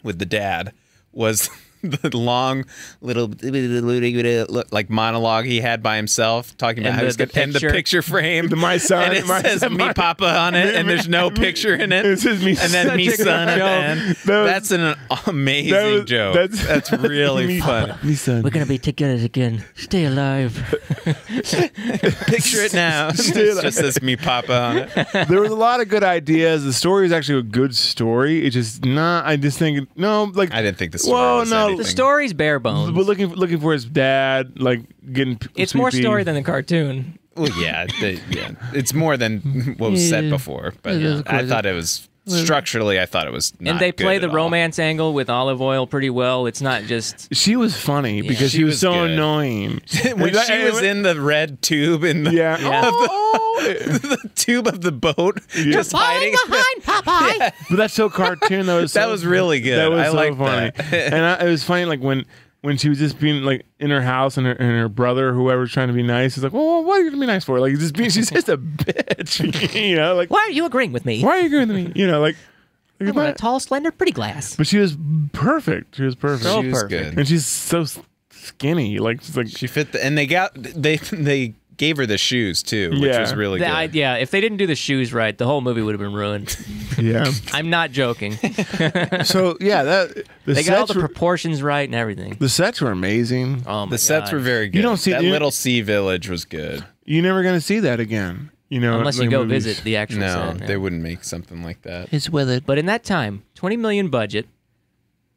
[SPEAKER 1] with the dad was the long little like monologue he had by himself talking about
[SPEAKER 3] And
[SPEAKER 1] how
[SPEAKER 3] the-
[SPEAKER 1] he's
[SPEAKER 3] the
[SPEAKER 1] gonna and the
[SPEAKER 3] picture.
[SPEAKER 1] picture frame
[SPEAKER 4] The my son,
[SPEAKER 1] and it
[SPEAKER 4] my-
[SPEAKER 1] says me
[SPEAKER 4] my-
[SPEAKER 1] papa on it and there's no
[SPEAKER 4] me-
[SPEAKER 1] picture in it
[SPEAKER 4] it says me
[SPEAKER 1] and then
[SPEAKER 4] son.
[SPEAKER 1] me
[SPEAKER 4] Such a good
[SPEAKER 1] son at the
[SPEAKER 4] joke.
[SPEAKER 1] end.
[SPEAKER 4] That was-
[SPEAKER 1] that's an amazing
[SPEAKER 4] that was-
[SPEAKER 1] joke
[SPEAKER 4] that's-
[SPEAKER 1] that's, really
[SPEAKER 4] Me-
[SPEAKER 1] fun
[SPEAKER 4] me son.
[SPEAKER 3] We're gonna be together again. Stay alive.
[SPEAKER 1] picture it now it
[SPEAKER 4] Still-
[SPEAKER 1] just says me papa on it
[SPEAKER 4] there was a lot of good ideas. The story is actually a good story. It just not. I just think no. Like
[SPEAKER 1] I didn't think the story
[SPEAKER 4] Well,
[SPEAKER 1] was
[SPEAKER 4] no.
[SPEAKER 1] anything.
[SPEAKER 3] The story's bare
[SPEAKER 4] But
[SPEAKER 3] bones.
[SPEAKER 4] looking looking for his dad, like getting. p-
[SPEAKER 3] It's more
[SPEAKER 4] sleepy.
[SPEAKER 3] story than the cartoon.
[SPEAKER 1] Well, yeah, the, yeah, it's more than what was said
[SPEAKER 5] Yeah.
[SPEAKER 1] before, but
[SPEAKER 5] Yeah, of
[SPEAKER 1] I
[SPEAKER 5] course.
[SPEAKER 1] thought it was structurally. I thought it was. Not
[SPEAKER 3] and they play
[SPEAKER 1] good
[SPEAKER 3] the
[SPEAKER 1] at all.
[SPEAKER 3] romance angle with olive oil pretty well. It's not just
[SPEAKER 4] She was funny because
[SPEAKER 1] She
[SPEAKER 4] she was,
[SPEAKER 1] was
[SPEAKER 4] so
[SPEAKER 1] good.
[SPEAKER 4] annoying.
[SPEAKER 1] when
[SPEAKER 4] Like,
[SPEAKER 1] she
[SPEAKER 4] I-
[SPEAKER 1] was in the red tube in the,
[SPEAKER 4] Yeah. Oh!
[SPEAKER 1] the tube of the boat, just hiding.
[SPEAKER 3] Popeye.
[SPEAKER 4] But that's so cartoon. That was,
[SPEAKER 1] That
[SPEAKER 4] so-
[SPEAKER 1] was really good.
[SPEAKER 4] That was
[SPEAKER 1] I
[SPEAKER 4] so
[SPEAKER 1] liked
[SPEAKER 4] funny.
[SPEAKER 1] that.
[SPEAKER 4] and I, it was funny, like when when she was just being like in her house and her and her brother, whoever's trying to be nice, is like, "Well, what are you gonna be nice for?" Like just being, she's just a bitch. you know, like
[SPEAKER 3] Why are you agreeing with me?
[SPEAKER 4] why are you agreeing with me? You know, like.
[SPEAKER 3] I
[SPEAKER 4] like,
[SPEAKER 3] want a tall, slender, pretty glass.
[SPEAKER 4] but she was perfect. She was perfect.
[SPEAKER 3] So
[SPEAKER 1] She was
[SPEAKER 3] perfect.
[SPEAKER 1] good.
[SPEAKER 4] and she's so s- skinny. Like she's like
[SPEAKER 1] She fit the, and they got they they gave her the shoes too, which
[SPEAKER 4] Yeah.
[SPEAKER 1] was really
[SPEAKER 3] The-
[SPEAKER 1] good.
[SPEAKER 3] I- yeah, if they didn't do the shoes right, the whole movie would have been ruined.
[SPEAKER 4] yeah.
[SPEAKER 3] I'm not joking.
[SPEAKER 4] so yeah, that the
[SPEAKER 3] They got all
[SPEAKER 4] sets
[SPEAKER 3] the
[SPEAKER 4] were,
[SPEAKER 3] proportions right and everything.
[SPEAKER 4] the sets were amazing.
[SPEAKER 3] Oh my
[SPEAKER 1] the sets
[SPEAKER 3] God.
[SPEAKER 1] were very good.
[SPEAKER 4] don't see-
[SPEAKER 1] that
[SPEAKER 4] you-
[SPEAKER 1] little sea village was good.
[SPEAKER 4] You're never gonna see that again. You know,
[SPEAKER 3] unless
[SPEAKER 4] like
[SPEAKER 3] you go
[SPEAKER 4] movies.
[SPEAKER 3] visit the actual
[SPEAKER 1] No,
[SPEAKER 3] set. yeah.
[SPEAKER 1] they wouldn't make something like that.
[SPEAKER 5] It's weathered.
[SPEAKER 3] But in that time, 20 million budget,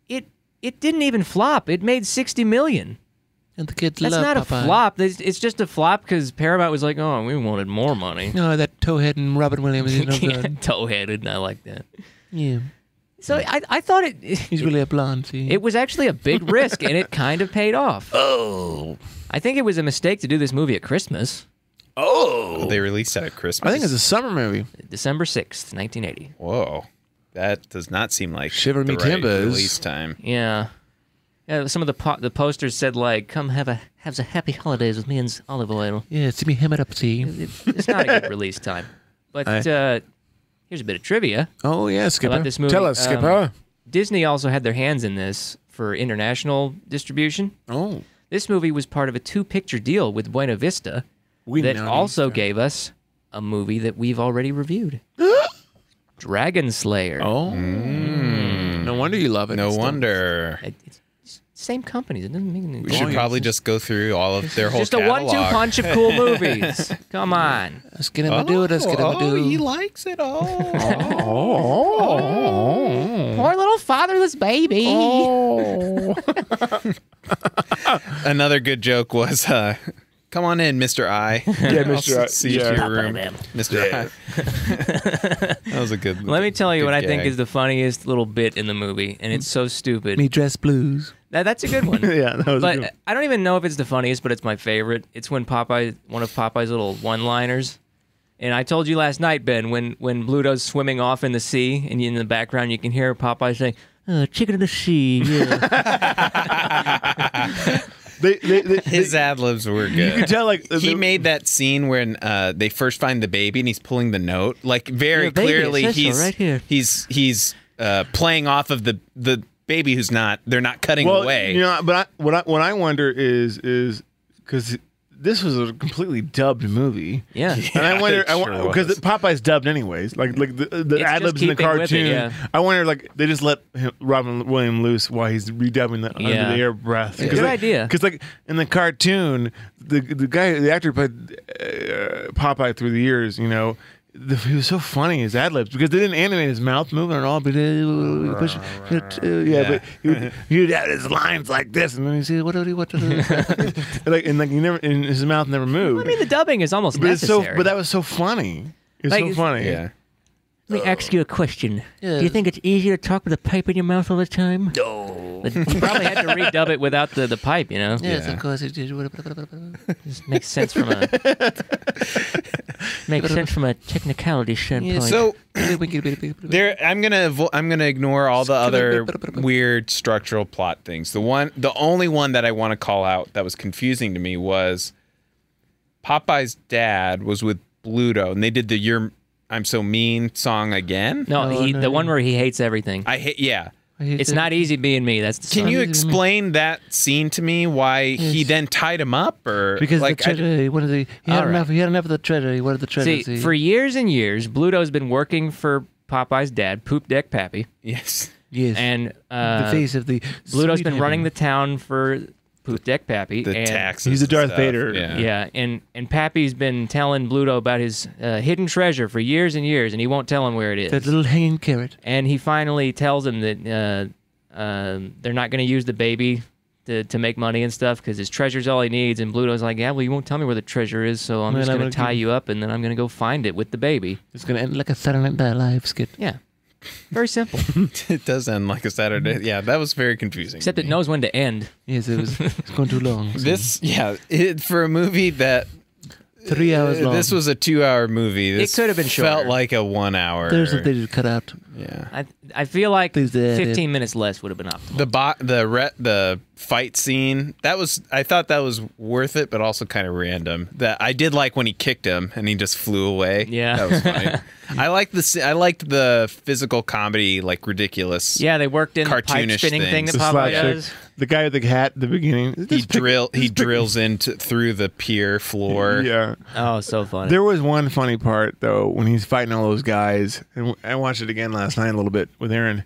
[SPEAKER 3] it it didn't even flop. It made 60 million.
[SPEAKER 5] And the kids
[SPEAKER 3] That's
[SPEAKER 5] love
[SPEAKER 3] not
[SPEAKER 5] Popeye.
[SPEAKER 3] a flop. It's, it's just a flop because Paramount was like, oh, we wanted more money.
[SPEAKER 5] No, Oh, that towhead and Robin Williams is no good.
[SPEAKER 3] Toe headed, and I like that.
[SPEAKER 5] Yeah,
[SPEAKER 3] So I, I thought it
[SPEAKER 5] he's
[SPEAKER 3] it,
[SPEAKER 5] really a blonde. See,
[SPEAKER 3] it was actually a big risk, and it kind of paid off. Oh, I think it was a mistake to do this movie at Christmas,
[SPEAKER 1] They released that at Christmas.
[SPEAKER 4] I think it's a summer movie.
[SPEAKER 3] December sixth, nineteen eighty.
[SPEAKER 1] Whoa, that does not seem like
[SPEAKER 4] Shiver
[SPEAKER 1] the
[SPEAKER 4] me
[SPEAKER 1] right
[SPEAKER 4] timbers.
[SPEAKER 1] release time.
[SPEAKER 3] Yeah. Yeah, some of the po- the posters said like, "Come have a have a happy holidays with me and olive oil."
[SPEAKER 5] yeah, see me him it up. See,
[SPEAKER 3] It, it's not a good release time. But uh, here's a bit of trivia.
[SPEAKER 4] Oh yeah, Skipper.
[SPEAKER 3] About this movie,
[SPEAKER 4] Tell us,
[SPEAKER 3] um,
[SPEAKER 4] Skipper.
[SPEAKER 3] Disney also had their hands in this for international distribution.
[SPEAKER 4] Oh,
[SPEAKER 3] This movie was part of a two picture deal with Buena Vista
[SPEAKER 4] we
[SPEAKER 3] that
[SPEAKER 4] know
[SPEAKER 3] also gave us a movie that we've already reviewed Dragon Slayer.
[SPEAKER 4] these. Oh, no wonder you love it.
[SPEAKER 1] No
[SPEAKER 4] It's the-
[SPEAKER 1] wonder.
[SPEAKER 3] It- it's it's same companies. It doesn't make any
[SPEAKER 1] We should
[SPEAKER 4] yeah.
[SPEAKER 1] probably just go through all of their whole
[SPEAKER 3] Just a
[SPEAKER 1] catalog.
[SPEAKER 3] one two punch of cool movies. Come on.
[SPEAKER 5] let's get him a do it.
[SPEAKER 1] Oh,
[SPEAKER 5] Let's get him a do.
[SPEAKER 1] likes it all.
[SPEAKER 4] Oh.
[SPEAKER 3] Oh. Poor little fatherless baby.
[SPEAKER 1] Another good joke was, uh, "Come on in, Mister I."
[SPEAKER 4] Yeah,
[SPEAKER 1] I'll
[SPEAKER 4] Mr. I-
[SPEAKER 1] s- See you to
[SPEAKER 4] yeah.
[SPEAKER 1] your room, Mister I. that was a good.
[SPEAKER 3] Let me tell you
[SPEAKER 1] good
[SPEAKER 3] what I think
[SPEAKER 1] gag.
[SPEAKER 3] is the funniest little bit in the movie, and it's so stupid.
[SPEAKER 5] Me dress blues.
[SPEAKER 3] That, that's a good one.
[SPEAKER 4] yeah, that was a
[SPEAKER 3] but
[SPEAKER 4] good one.
[SPEAKER 3] I don't even know if it's the funniest, but it's my favorite. It's when Popeye, one of Popeye's little one-liners. And I told you last night, Ben, when when Bluto's swimming off in the sea, and in the background you can hear Popeye saying, oh, "Chicken of the sea." Yeah.
[SPEAKER 4] They, they, they, they,
[SPEAKER 1] His ad libs were good.
[SPEAKER 4] you could tell like
[SPEAKER 1] he
[SPEAKER 4] the-
[SPEAKER 1] made that scene when uh, they first find the baby and he's pulling the note like very
[SPEAKER 3] Yeah, baby, it
[SPEAKER 1] clearly
[SPEAKER 3] says so
[SPEAKER 1] he's
[SPEAKER 3] right here.
[SPEAKER 1] he's he's uh, playing off of the the baby who's not they're not cutting
[SPEAKER 4] well,
[SPEAKER 1] away
[SPEAKER 4] You know, but I, what I what I wonder is is because this was a completely dubbed movie.
[SPEAKER 3] yeah.
[SPEAKER 4] And I wonder,
[SPEAKER 1] it
[SPEAKER 4] I
[SPEAKER 1] sure
[SPEAKER 4] because
[SPEAKER 1] was.
[SPEAKER 4] Popeye's dubbed anyways. Like, like the, the
[SPEAKER 3] just
[SPEAKER 4] ad libs in the
[SPEAKER 3] keeping with it,
[SPEAKER 4] cartoon.
[SPEAKER 3] yeah.
[SPEAKER 4] I wonder, like, they just let him, Robin William loose while he's redubbing the
[SPEAKER 3] Yeah.
[SPEAKER 4] under the air breath.
[SPEAKER 3] Good idea.
[SPEAKER 4] Because, like, in the cartoon, the the guy, the actor who played uh, Popeye through the years. You know, the, he was so funny his ad libs because they didn't animate his mouth moving at all. But uh, push, uh, yeah, but he would, he would have his lines like this, and then he said, "What do you what?" do you-" like, and like he never, and his mouth never moved
[SPEAKER 3] I mean, the dubbing is almost
[SPEAKER 4] but it's
[SPEAKER 3] necessary.
[SPEAKER 4] so but that was so funny it's
[SPEAKER 3] Like,
[SPEAKER 4] so
[SPEAKER 3] it's-
[SPEAKER 4] funny
[SPEAKER 1] yeah
[SPEAKER 3] Let me ask you a question. Do you think it's easier to talk with a pipe in your mouth all the time? No. you probably had to redub it without the, the pipe, you know?
[SPEAKER 5] Yes,
[SPEAKER 1] Yeah.
[SPEAKER 5] of course it did. Yes,
[SPEAKER 3] This makes sense from a makes sense from a technicality standpoint.
[SPEAKER 1] so
[SPEAKER 5] there,
[SPEAKER 1] there i'm gonna avo- i'm gonna ignore all the other weird structural plot things the one the only one that i want to call out that was confusing to me was popeye's dad was with bluto and they did the you're i'm so mean song again
[SPEAKER 3] no, he, the one where he hates everything.
[SPEAKER 1] i hate yeah
[SPEAKER 3] it's not easy being me. That's the
[SPEAKER 1] Can
[SPEAKER 3] song.
[SPEAKER 1] you
[SPEAKER 5] Sorry.
[SPEAKER 1] explain that scene to me? Why he then tied him up, or
[SPEAKER 5] because
[SPEAKER 1] like
[SPEAKER 5] the
[SPEAKER 1] I-
[SPEAKER 5] treasurer, he wanted the, he had
[SPEAKER 3] All right.
[SPEAKER 5] enough, he had enough of the treasurer, he wanted the treasurer.
[SPEAKER 3] See, for years and years, Bluto's been working for Popeye's dad, Poop Deck Pappy,
[SPEAKER 1] yes,
[SPEAKER 5] yes,
[SPEAKER 3] and
[SPEAKER 5] the
[SPEAKER 3] uh,
[SPEAKER 5] face of the
[SPEAKER 3] Bluto's
[SPEAKER 5] sweet
[SPEAKER 3] been running
[SPEAKER 5] heaven.
[SPEAKER 3] the town for Poop Deck Pappy.
[SPEAKER 1] the
[SPEAKER 3] and,
[SPEAKER 1] taxes.
[SPEAKER 4] He's a
[SPEAKER 1] and
[SPEAKER 4] Darth
[SPEAKER 1] stuff.
[SPEAKER 4] Vader.
[SPEAKER 1] Yeah.
[SPEAKER 3] Yeah, and and Pappy's been telling Bluto about his uh, hidden treasure for years and years, and he won't tell him where it is.
[SPEAKER 5] that little hanging carrot.
[SPEAKER 3] and he finally tells him that uh, uh, they're not going to use the baby to, to make money and stuff because his treasure's all he needs. And Bluto's like, "Yeah, well, you won't tell me where the treasure is, so I'm
[SPEAKER 5] Then
[SPEAKER 3] just
[SPEAKER 5] I'm
[SPEAKER 3] going to
[SPEAKER 5] gonna
[SPEAKER 3] tie
[SPEAKER 5] give-
[SPEAKER 3] you up, and then I'm going to go find it with the baby."
[SPEAKER 5] It's gonna end like a Saturday Night Live skit.
[SPEAKER 3] Yeah, very simple.
[SPEAKER 1] it does end like a Saturday. Yeah, that was very confusing.
[SPEAKER 3] Except
[SPEAKER 1] to
[SPEAKER 3] it
[SPEAKER 1] me.
[SPEAKER 3] knows when to end.
[SPEAKER 5] Yes, it was. It's gone too long. so
[SPEAKER 1] this, yeah, it, for a movie that
[SPEAKER 5] three hours long.
[SPEAKER 1] uh, this was a two-hour movie. This
[SPEAKER 3] could have been
[SPEAKER 1] Felt
[SPEAKER 3] shorter.
[SPEAKER 1] like a one-hour.
[SPEAKER 5] There's something to cut out.
[SPEAKER 1] Yeah.
[SPEAKER 3] I I feel like
[SPEAKER 5] Please, uh,
[SPEAKER 3] 15 minutes less would have been optimal.
[SPEAKER 1] The bo- the re- the fight scene that was I thought that was worth it, but also kind of random. That I did like when he kicked him and he just flew away.
[SPEAKER 3] Yeah.
[SPEAKER 1] that was funny. I liked the sce- I liked the physical comedy, like ridiculous.
[SPEAKER 3] Yeah, they worked in the pipe
[SPEAKER 1] Cartoonish
[SPEAKER 3] spinning thing
[SPEAKER 1] things.
[SPEAKER 3] that
[SPEAKER 4] the
[SPEAKER 3] Popeye
[SPEAKER 4] slapstick.
[SPEAKER 3] does.
[SPEAKER 4] the guy with the hat at the beginning
[SPEAKER 1] he
[SPEAKER 4] This pic-
[SPEAKER 1] drill he drills into through the pier floor.
[SPEAKER 4] yeah
[SPEAKER 3] Oh, so funny.
[SPEAKER 4] there was one funny part though when he's fighting all those guys and i watched it again last night a little bit with aaron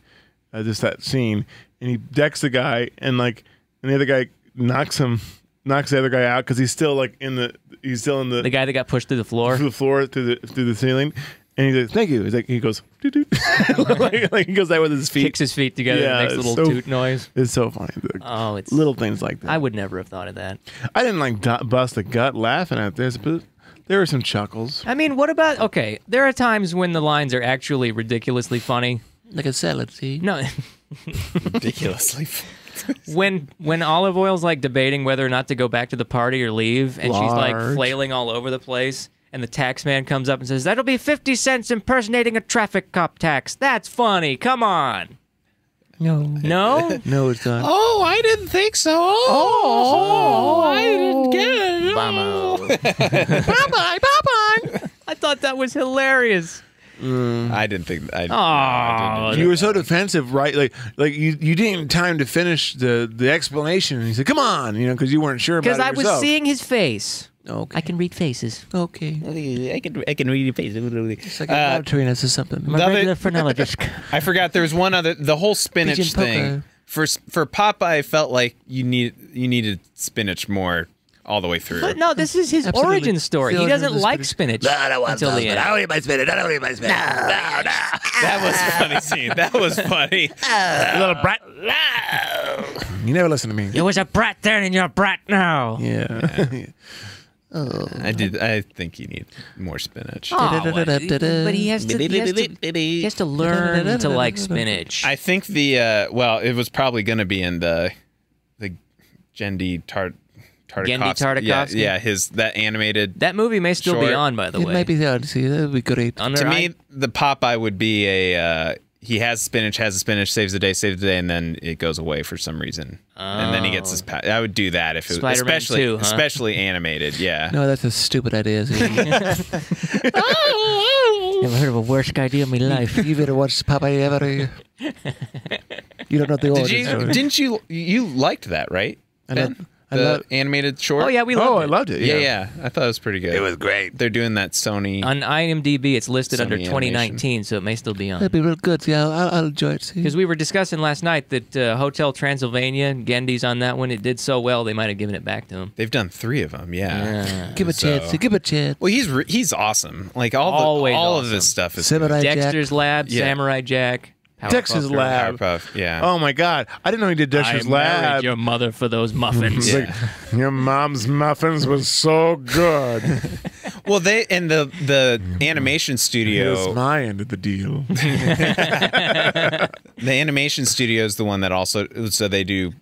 [SPEAKER 4] uh, just that scene and he decks the guy and like and the other guy knocks him knocks the other guy out because he's still like in the he's still in
[SPEAKER 3] the guy that got pushed through the floor.
[SPEAKER 4] through the floor through the through the ceiling and he's like thank you he's like he goes "Doo-doo." like, like he goes that with his feet
[SPEAKER 3] Kicks his feet together,
[SPEAKER 4] Yeah,
[SPEAKER 3] and makes a
[SPEAKER 4] it's
[SPEAKER 3] little
[SPEAKER 4] so-
[SPEAKER 3] toot noise.
[SPEAKER 4] It's so funny.
[SPEAKER 3] Oh, it's
[SPEAKER 4] little things like that.
[SPEAKER 3] I would never have thought of that.
[SPEAKER 4] I, didn't like do- bust the gut laughing at this, but there were some chuckles.
[SPEAKER 3] I mean, what about okay? There are times when the lines are actually ridiculously funny.
[SPEAKER 5] Like a salad, see?
[SPEAKER 3] No,
[SPEAKER 1] ridiculously.
[SPEAKER 3] when when Olive Oil's like debating whether or not to go back to the party or leave, and she's like
[SPEAKER 4] Large.
[SPEAKER 3] flailing all over the place, and the tax man comes up and says, "That'll be fifty cents impersonating a traffic cop tax. That's funny. Come on."
[SPEAKER 5] No.
[SPEAKER 3] No,
[SPEAKER 5] No, it's not.
[SPEAKER 1] Oh, I didn't think so. Oh, I didn't get it.
[SPEAKER 3] I thought that was hilarious.
[SPEAKER 1] I didn't think. I,
[SPEAKER 3] Aw.
[SPEAKER 4] Oh, You were so defensive, right? Like, like you, you didn't have time to finish the, the explanation. And he said, "Come on," you know, because you weren't sure about
[SPEAKER 3] Because
[SPEAKER 4] it
[SPEAKER 3] I was
[SPEAKER 4] yourself.
[SPEAKER 3] seeing his face.
[SPEAKER 5] Okay.
[SPEAKER 3] I can read faces.
[SPEAKER 5] okay.
[SPEAKER 1] I can I can read your face. Uh,
[SPEAKER 5] It's like a lab trainers or something.
[SPEAKER 3] I'm a
[SPEAKER 1] The other-
[SPEAKER 3] regular phrenologist.
[SPEAKER 1] I forgot there was one other the whole spinach
[SPEAKER 5] Pigeon
[SPEAKER 1] thing.
[SPEAKER 5] poker.
[SPEAKER 1] For for Popeye felt like you need you needed spinach more all the way through.
[SPEAKER 3] But no, this is his
[SPEAKER 5] Absolutely.
[SPEAKER 3] origin story. He
[SPEAKER 5] Still
[SPEAKER 3] doesn't
[SPEAKER 5] under the
[SPEAKER 3] like spinach until the end.
[SPEAKER 2] don't need my spinach. I don't need my spinach.
[SPEAKER 1] That was a funny scene. That was funny.
[SPEAKER 2] Little brat.
[SPEAKER 4] You never listen to me.
[SPEAKER 3] You was a brat then, and you're a brat now.
[SPEAKER 4] Yeah.
[SPEAKER 1] I did I think you need more spinach.
[SPEAKER 3] Aw, what- but he has to, he has to, he has to learn to like spinach.
[SPEAKER 1] I think the uh, well, it was probably going to be in the the Gendy Tart
[SPEAKER 3] Gendy
[SPEAKER 1] Tartakovsky. Yeah,
[SPEAKER 3] Tartakovsky?
[SPEAKER 1] yeah, his that animated.
[SPEAKER 3] That movie may still be
[SPEAKER 1] Sure.
[SPEAKER 3] on, by the
[SPEAKER 5] It
[SPEAKER 3] way.
[SPEAKER 5] might be the Odyssey. That would be great.
[SPEAKER 3] On
[SPEAKER 1] to
[SPEAKER 3] their
[SPEAKER 1] me,
[SPEAKER 3] i-
[SPEAKER 1] the Popeye would be a. Uh, he has spinach, has the spinach, saves the day, saves the day, and then it goes away for some reason, and then he gets his. Pa- I would do that if it was
[SPEAKER 3] Oh. Spider-Man
[SPEAKER 1] especially
[SPEAKER 3] 2, huh?
[SPEAKER 1] especially animated. Yeah,
[SPEAKER 5] No, that's a stupid idea. Ziggy.
[SPEAKER 3] never heard of a worse idea in my life.
[SPEAKER 5] you better watch Popeye ever. You don't know the
[SPEAKER 1] Did
[SPEAKER 5] audience.
[SPEAKER 1] you?
[SPEAKER 5] right?
[SPEAKER 1] Didn't you? You liked that, right?
[SPEAKER 5] I love-
[SPEAKER 1] Ben?
[SPEAKER 5] I
[SPEAKER 1] the
[SPEAKER 5] love-
[SPEAKER 1] animated short.
[SPEAKER 3] oh yeah, we
[SPEAKER 4] Oh, I loved
[SPEAKER 3] loved it.
[SPEAKER 4] it.
[SPEAKER 1] yeah, yeah. I thought it was pretty good.
[SPEAKER 2] It was great.
[SPEAKER 1] They're doing that Sony.
[SPEAKER 3] on IMDb, it's listed
[SPEAKER 1] Sony
[SPEAKER 3] under 2019, so it may still be on.
[SPEAKER 5] That'd be real good. Yeah, I'll, I'll enjoy it. See?
[SPEAKER 3] Because we were discussing last night that uh, Hotel Transylvania, Gendy's on that one. It did so well, they might have given it back to him.
[SPEAKER 1] They've done three of them. Yeah.
[SPEAKER 3] Yeah.
[SPEAKER 5] Give a
[SPEAKER 1] so-
[SPEAKER 5] chance. see, Give a chance.
[SPEAKER 1] Well, he's re- he's awesome. Like all
[SPEAKER 3] Always
[SPEAKER 1] the, all of
[SPEAKER 3] awesome.
[SPEAKER 1] his stuff is
[SPEAKER 5] Samurai Jack.
[SPEAKER 3] Dexter's Lab,
[SPEAKER 1] Yeah.
[SPEAKER 3] Samurai Jack, Powerpuff
[SPEAKER 4] Dexter's
[SPEAKER 3] Girls.
[SPEAKER 4] Lab.
[SPEAKER 1] Powerpuff. Yeah.
[SPEAKER 4] Oh my God! I didn't know he did
[SPEAKER 3] I
[SPEAKER 4] Dexter's
[SPEAKER 3] married
[SPEAKER 4] Lab.
[SPEAKER 3] your mother for those muffins.
[SPEAKER 1] Yeah.
[SPEAKER 4] Your mom's muffins was so good.
[SPEAKER 1] Well, they and the the animation
[SPEAKER 4] It's
[SPEAKER 1] studio.
[SPEAKER 4] my end of the deal.
[SPEAKER 1] The animation studio is the one that also so they do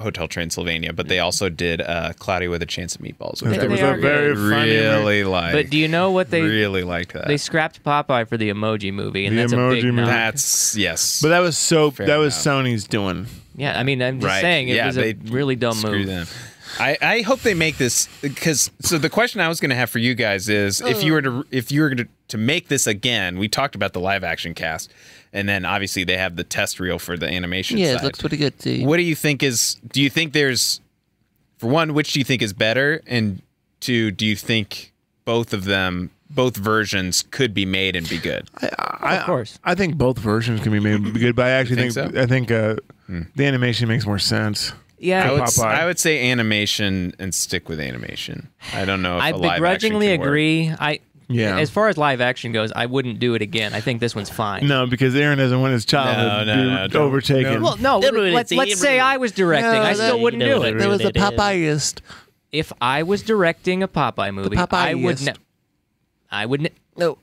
[SPEAKER 1] Hotel Transylvania, but they also did uh, Cloudy with a Chance of Meatballs. Which
[SPEAKER 4] That
[SPEAKER 1] I
[SPEAKER 3] was a
[SPEAKER 4] very funny
[SPEAKER 1] really like.
[SPEAKER 3] But do you know what they
[SPEAKER 1] really liked that?
[SPEAKER 3] they scrapped Popeye for the Emoji Movie, and
[SPEAKER 4] The
[SPEAKER 3] that's a
[SPEAKER 4] Emoji
[SPEAKER 3] big knock.
[SPEAKER 4] Movie.
[SPEAKER 1] That's yes.
[SPEAKER 4] But that was so.
[SPEAKER 1] Fair
[SPEAKER 4] that was
[SPEAKER 1] enough.
[SPEAKER 4] Sony's doing.
[SPEAKER 3] Yeah, I mean, I'm just
[SPEAKER 1] Right.
[SPEAKER 3] saying it
[SPEAKER 1] Yeah,
[SPEAKER 3] was a
[SPEAKER 1] they
[SPEAKER 3] really dumb
[SPEAKER 1] Screw
[SPEAKER 3] move.
[SPEAKER 1] them. I, I hope they make this because so the question I was going to have for you guys is if
[SPEAKER 3] Uh.
[SPEAKER 1] you were to if you were to, to make this again we talked about the live action cast and then obviously they have the test reel for the animation
[SPEAKER 5] Yeah, it
[SPEAKER 1] side.
[SPEAKER 5] looks pretty good. See?
[SPEAKER 1] what do you think is do you think there's for one which do you think is better and two do you think both of them both versions could be made and be good
[SPEAKER 4] I,
[SPEAKER 3] Of course.
[SPEAKER 4] I think both versions can be made good, but I actually
[SPEAKER 1] think
[SPEAKER 4] think,
[SPEAKER 1] so? Hmm.
[SPEAKER 4] I think uh, the animation makes more sense.
[SPEAKER 3] Yeah,
[SPEAKER 1] I would, s-
[SPEAKER 4] Popeye.
[SPEAKER 1] I would say animation and stick with animation I don't know if
[SPEAKER 3] I
[SPEAKER 1] a live action
[SPEAKER 3] begrudgingly
[SPEAKER 1] could work.
[SPEAKER 3] agree. I
[SPEAKER 4] Yeah.
[SPEAKER 3] As far as live action goes, I wouldn't do it again. I think this one's fine.
[SPEAKER 4] No, because Aaron doesn't want his childhood
[SPEAKER 1] No,
[SPEAKER 4] to
[SPEAKER 1] no,
[SPEAKER 4] be
[SPEAKER 1] no, don't.
[SPEAKER 4] overtaken.
[SPEAKER 3] Well, no. Let's, let's say I was directing.
[SPEAKER 5] No,
[SPEAKER 3] I still
[SPEAKER 5] that-
[SPEAKER 3] wouldn't do it.
[SPEAKER 5] There was a Popeyeist.
[SPEAKER 3] If I was directing a Popeye movie, I would
[SPEAKER 5] Popeyest.
[SPEAKER 3] not. I would. not
[SPEAKER 5] No,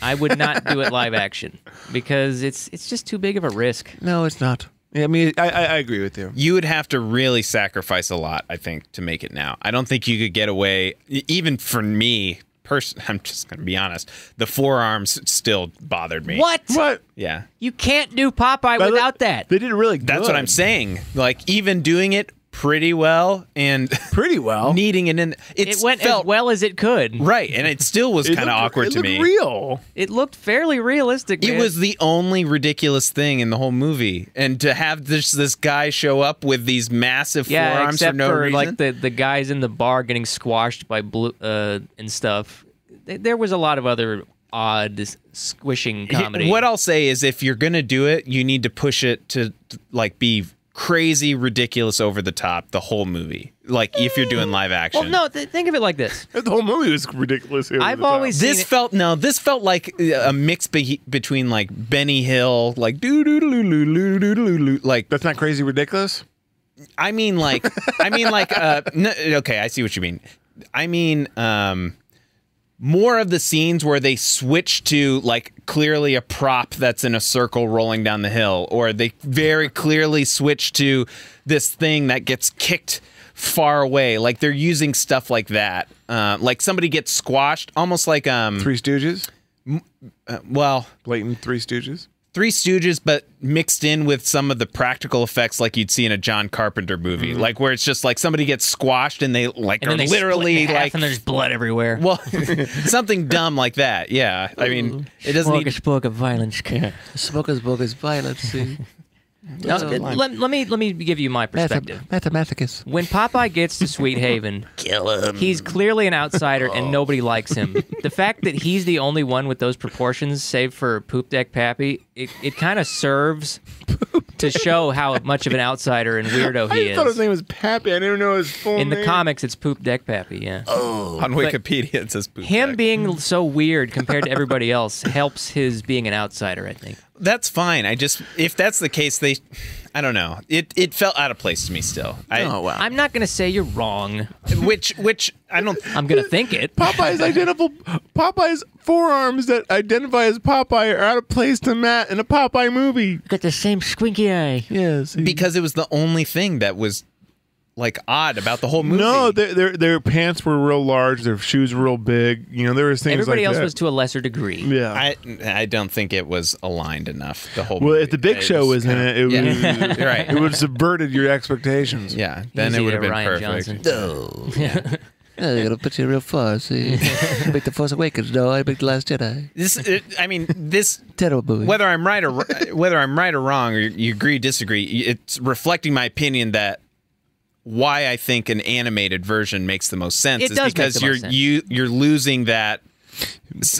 [SPEAKER 3] I would not do it live action because it's it's just too big of a risk.
[SPEAKER 5] no, it's not.
[SPEAKER 4] yeah, I mean, I, I, I agree with you.
[SPEAKER 1] you would have to really sacrifice a lot, I think, to make it now. I don't think you could get away, e- even for me. Person, I'm just gonna be honest. The forearms still bothered me.
[SPEAKER 3] What?
[SPEAKER 4] What?
[SPEAKER 1] Yeah,
[SPEAKER 3] You can't do Popeye
[SPEAKER 4] But
[SPEAKER 3] without
[SPEAKER 4] look,
[SPEAKER 3] that.
[SPEAKER 4] They did it really.
[SPEAKER 1] that's what
[SPEAKER 4] good.
[SPEAKER 1] I'm saying. Like even doing it pretty well and
[SPEAKER 4] Pretty well.
[SPEAKER 1] needing it in,
[SPEAKER 3] It
[SPEAKER 1] it's
[SPEAKER 3] went
[SPEAKER 1] felt
[SPEAKER 3] as well as it could.
[SPEAKER 1] right, and it still was
[SPEAKER 4] It
[SPEAKER 1] kind of
[SPEAKER 4] looked-
[SPEAKER 1] awkward
[SPEAKER 4] it
[SPEAKER 1] to
[SPEAKER 4] looked
[SPEAKER 1] me.
[SPEAKER 4] Real.
[SPEAKER 3] It looked fairly realistic.
[SPEAKER 1] It
[SPEAKER 3] man.
[SPEAKER 1] was the only ridiculous thing in the whole movie, and to have this this guy show up with these massive
[SPEAKER 3] yeah,
[SPEAKER 1] forearms for
[SPEAKER 3] except
[SPEAKER 1] no
[SPEAKER 3] for
[SPEAKER 1] reason,
[SPEAKER 3] like the the guys in the bar getting squashed by blue uh, and stuff. Th- There was a lot of other odd s- squishing comedy.
[SPEAKER 1] What I'll say is if you're going to do it, you need to push it to like be crazy ridiculous over the top the whole movie. Like if you're doing live action.
[SPEAKER 3] Eh, Well, no, th- think of it like this.
[SPEAKER 4] The whole movie was ridiculous. over
[SPEAKER 3] I've
[SPEAKER 4] the top.
[SPEAKER 3] always seen
[SPEAKER 1] This
[SPEAKER 3] it-
[SPEAKER 1] felt no, this felt like a mix be- between like Benny Hill, like doo doo doo doo doo doo doo doo like
[SPEAKER 4] That's not crazy ridiculous.
[SPEAKER 1] I mean like I mean like uh no, okay, I see what you mean. I mean um more of the scenes where they switch to like clearly a prop that's in a circle rolling down the hill or they very clearly switch to this thing that gets kicked far away like they're using stuff like that uh, like somebody gets squashed almost like um
[SPEAKER 4] Three Stooges.
[SPEAKER 1] well
[SPEAKER 4] Blatant Three Stooges.
[SPEAKER 1] Three Stooges, but mixed in with some of the practical effects like you'd see in a John Carpenter movie, like where it's just like somebody gets squashed and they like
[SPEAKER 3] Mm-hmm. and
[SPEAKER 1] are
[SPEAKER 3] then they
[SPEAKER 1] literally
[SPEAKER 3] split in half
[SPEAKER 1] like
[SPEAKER 3] and there's blood everywhere.
[SPEAKER 1] well something dumb like that. Yeah, I mean it doesn't
[SPEAKER 3] Smoke
[SPEAKER 1] need.
[SPEAKER 3] spoke of violence.
[SPEAKER 5] Smoker's book is violence. See?
[SPEAKER 3] Now, Uh, let, let me let me give you my perspective.
[SPEAKER 5] Mathem- Mathematicus.
[SPEAKER 3] When Popeye gets to Sweet Haven,
[SPEAKER 2] Kill him.
[SPEAKER 3] He's clearly an outsider
[SPEAKER 4] Oh.
[SPEAKER 3] and nobody likes him. The fact that he's the only one with those proportions, save for Poop Deck Pappy, it, it kind of serves to show how much of an outsider and weirdo he
[SPEAKER 4] I thought his
[SPEAKER 3] is.
[SPEAKER 4] name was Pappy. I didn't know his full
[SPEAKER 3] In
[SPEAKER 4] name.
[SPEAKER 3] the comics, it's Poop Deck Pappy, yeah.
[SPEAKER 4] Oh,
[SPEAKER 1] On Wikipedia it says boot
[SPEAKER 3] Him
[SPEAKER 1] leg.
[SPEAKER 3] being so weird compared to everybody else helps his being an outsider, I think.
[SPEAKER 1] That's fine. I just if that's the case, they, I don't know. It it felt out of place to me still. I,
[SPEAKER 4] Oh wow.
[SPEAKER 3] I'm not going to say you're wrong.
[SPEAKER 1] Which which I don't.
[SPEAKER 3] I'm going to think it.
[SPEAKER 4] Popeye's identical Popeye's forearms that identify as Popeye are out of place to Matt in a Popeye movie.
[SPEAKER 3] got the same squinky eye.
[SPEAKER 5] Yes.
[SPEAKER 1] because it was the only thing that was like odd about the whole movie.
[SPEAKER 4] No, their, their their pants were real large. Their shoes were real big. You know, there was things
[SPEAKER 3] Everybody
[SPEAKER 4] like
[SPEAKER 3] else
[SPEAKER 4] that.
[SPEAKER 3] was to a lesser degree.
[SPEAKER 4] yeah.
[SPEAKER 1] I I don't think it was aligned enough. The whole
[SPEAKER 4] well,
[SPEAKER 1] movie.
[SPEAKER 4] if the Big
[SPEAKER 1] It
[SPEAKER 4] Show was in
[SPEAKER 1] kinda-
[SPEAKER 4] it, it
[SPEAKER 1] yeah.
[SPEAKER 4] was
[SPEAKER 1] You're right.
[SPEAKER 4] it would have subverted your expectations.
[SPEAKER 1] Yeah, then it
[SPEAKER 3] Easy
[SPEAKER 1] would have
[SPEAKER 3] to
[SPEAKER 1] been
[SPEAKER 3] Ryan
[SPEAKER 1] perfect.
[SPEAKER 3] Johnson.
[SPEAKER 5] No. Yeah, it'll put you real far. See, I make the Force Awakens. No, I make the Last Jedi.
[SPEAKER 1] This, it, I mean, this
[SPEAKER 5] Terrible movie.
[SPEAKER 1] whether I'm right or whether I'm right or wrong, or you agree, disagree, it's reflecting my opinion that why I think an animated version makes the most sense is
[SPEAKER 3] It does make
[SPEAKER 1] because
[SPEAKER 3] the most
[SPEAKER 1] you're
[SPEAKER 3] sense.
[SPEAKER 1] you you're losing that.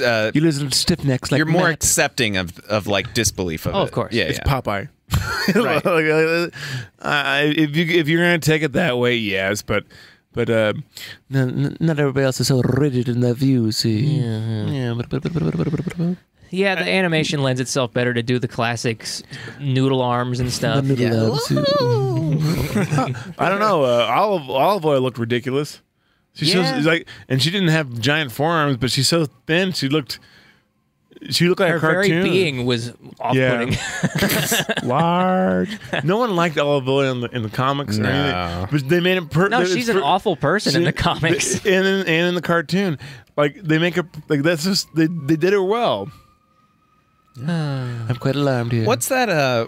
[SPEAKER 1] Uh,
[SPEAKER 5] you listen to stiff necks like
[SPEAKER 1] you're more
[SPEAKER 5] Matt.
[SPEAKER 1] accepting of of like disbelief of
[SPEAKER 3] Oh,
[SPEAKER 1] it.
[SPEAKER 3] of course.
[SPEAKER 1] yeah,
[SPEAKER 4] It's
[SPEAKER 1] yeah.
[SPEAKER 4] Popeye. Like, like, uh, if you if you're gonna take it that way, yes, but but uh,
[SPEAKER 5] No, n- not everybody else is so rigid in their view. See, yeah.
[SPEAKER 3] Yeah, the animation lends itself better to do the classics, noodle arms and
[SPEAKER 5] The
[SPEAKER 3] stuff.
[SPEAKER 5] middle arm, see.
[SPEAKER 4] I don't know. Uh, olive olive oil looked ridiculous. She's
[SPEAKER 3] Yeah.
[SPEAKER 4] so, like, and she didn't have giant forearms, but she's so thin. She looked she looked like
[SPEAKER 3] Her
[SPEAKER 4] a cartoon.
[SPEAKER 3] very being was off-putting.
[SPEAKER 4] large. No one liked Olive Oil in the, in the comics, or
[SPEAKER 1] No.
[SPEAKER 4] anything, but they made it. Per-
[SPEAKER 3] no,
[SPEAKER 4] it's
[SPEAKER 3] she's an
[SPEAKER 4] per-
[SPEAKER 3] awful person in
[SPEAKER 4] she-
[SPEAKER 3] the comics.
[SPEAKER 4] th- and in, and in the cartoon, like they make her like that's just they they did her well.
[SPEAKER 5] I'm quite alarmed here.
[SPEAKER 1] What's that? Uh,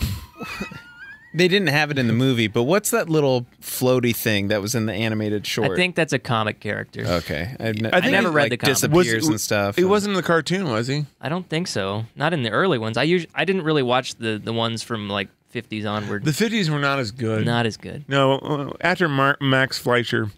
[SPEAKER 1] they didn't have it in the movie, but what's that little floaty thing that was in the animated short?
[SPEAKER 3] I think that's a comic character.
[SPEAKER 1] Okay, I've ne-
[SPEAKER 4] I think
[SPEAKER 3] never
[SPEAKER 1] it,
[SPEAKER 3] read
[SPEAKER 1] like,
[SPEAKER 3] the comic.
[SPEAKER 4] Was-
[SPEAKER 1] disappears and stuff.
[SPEAKER 4] It
[SPEAKER 1] and-
[SPEAKER 4] wasn't in the cartoon, was he?
[SPEAKER 3] I don't think so. Not in the early ones. I usually I didn't really watch the the ones from like 50s onward.
[SPEAKER 4] The fifties were not as good.
[SPEAKER 3] Not as good.
[SPEAKER 4] No, uh, after Mar- Max Fleischer.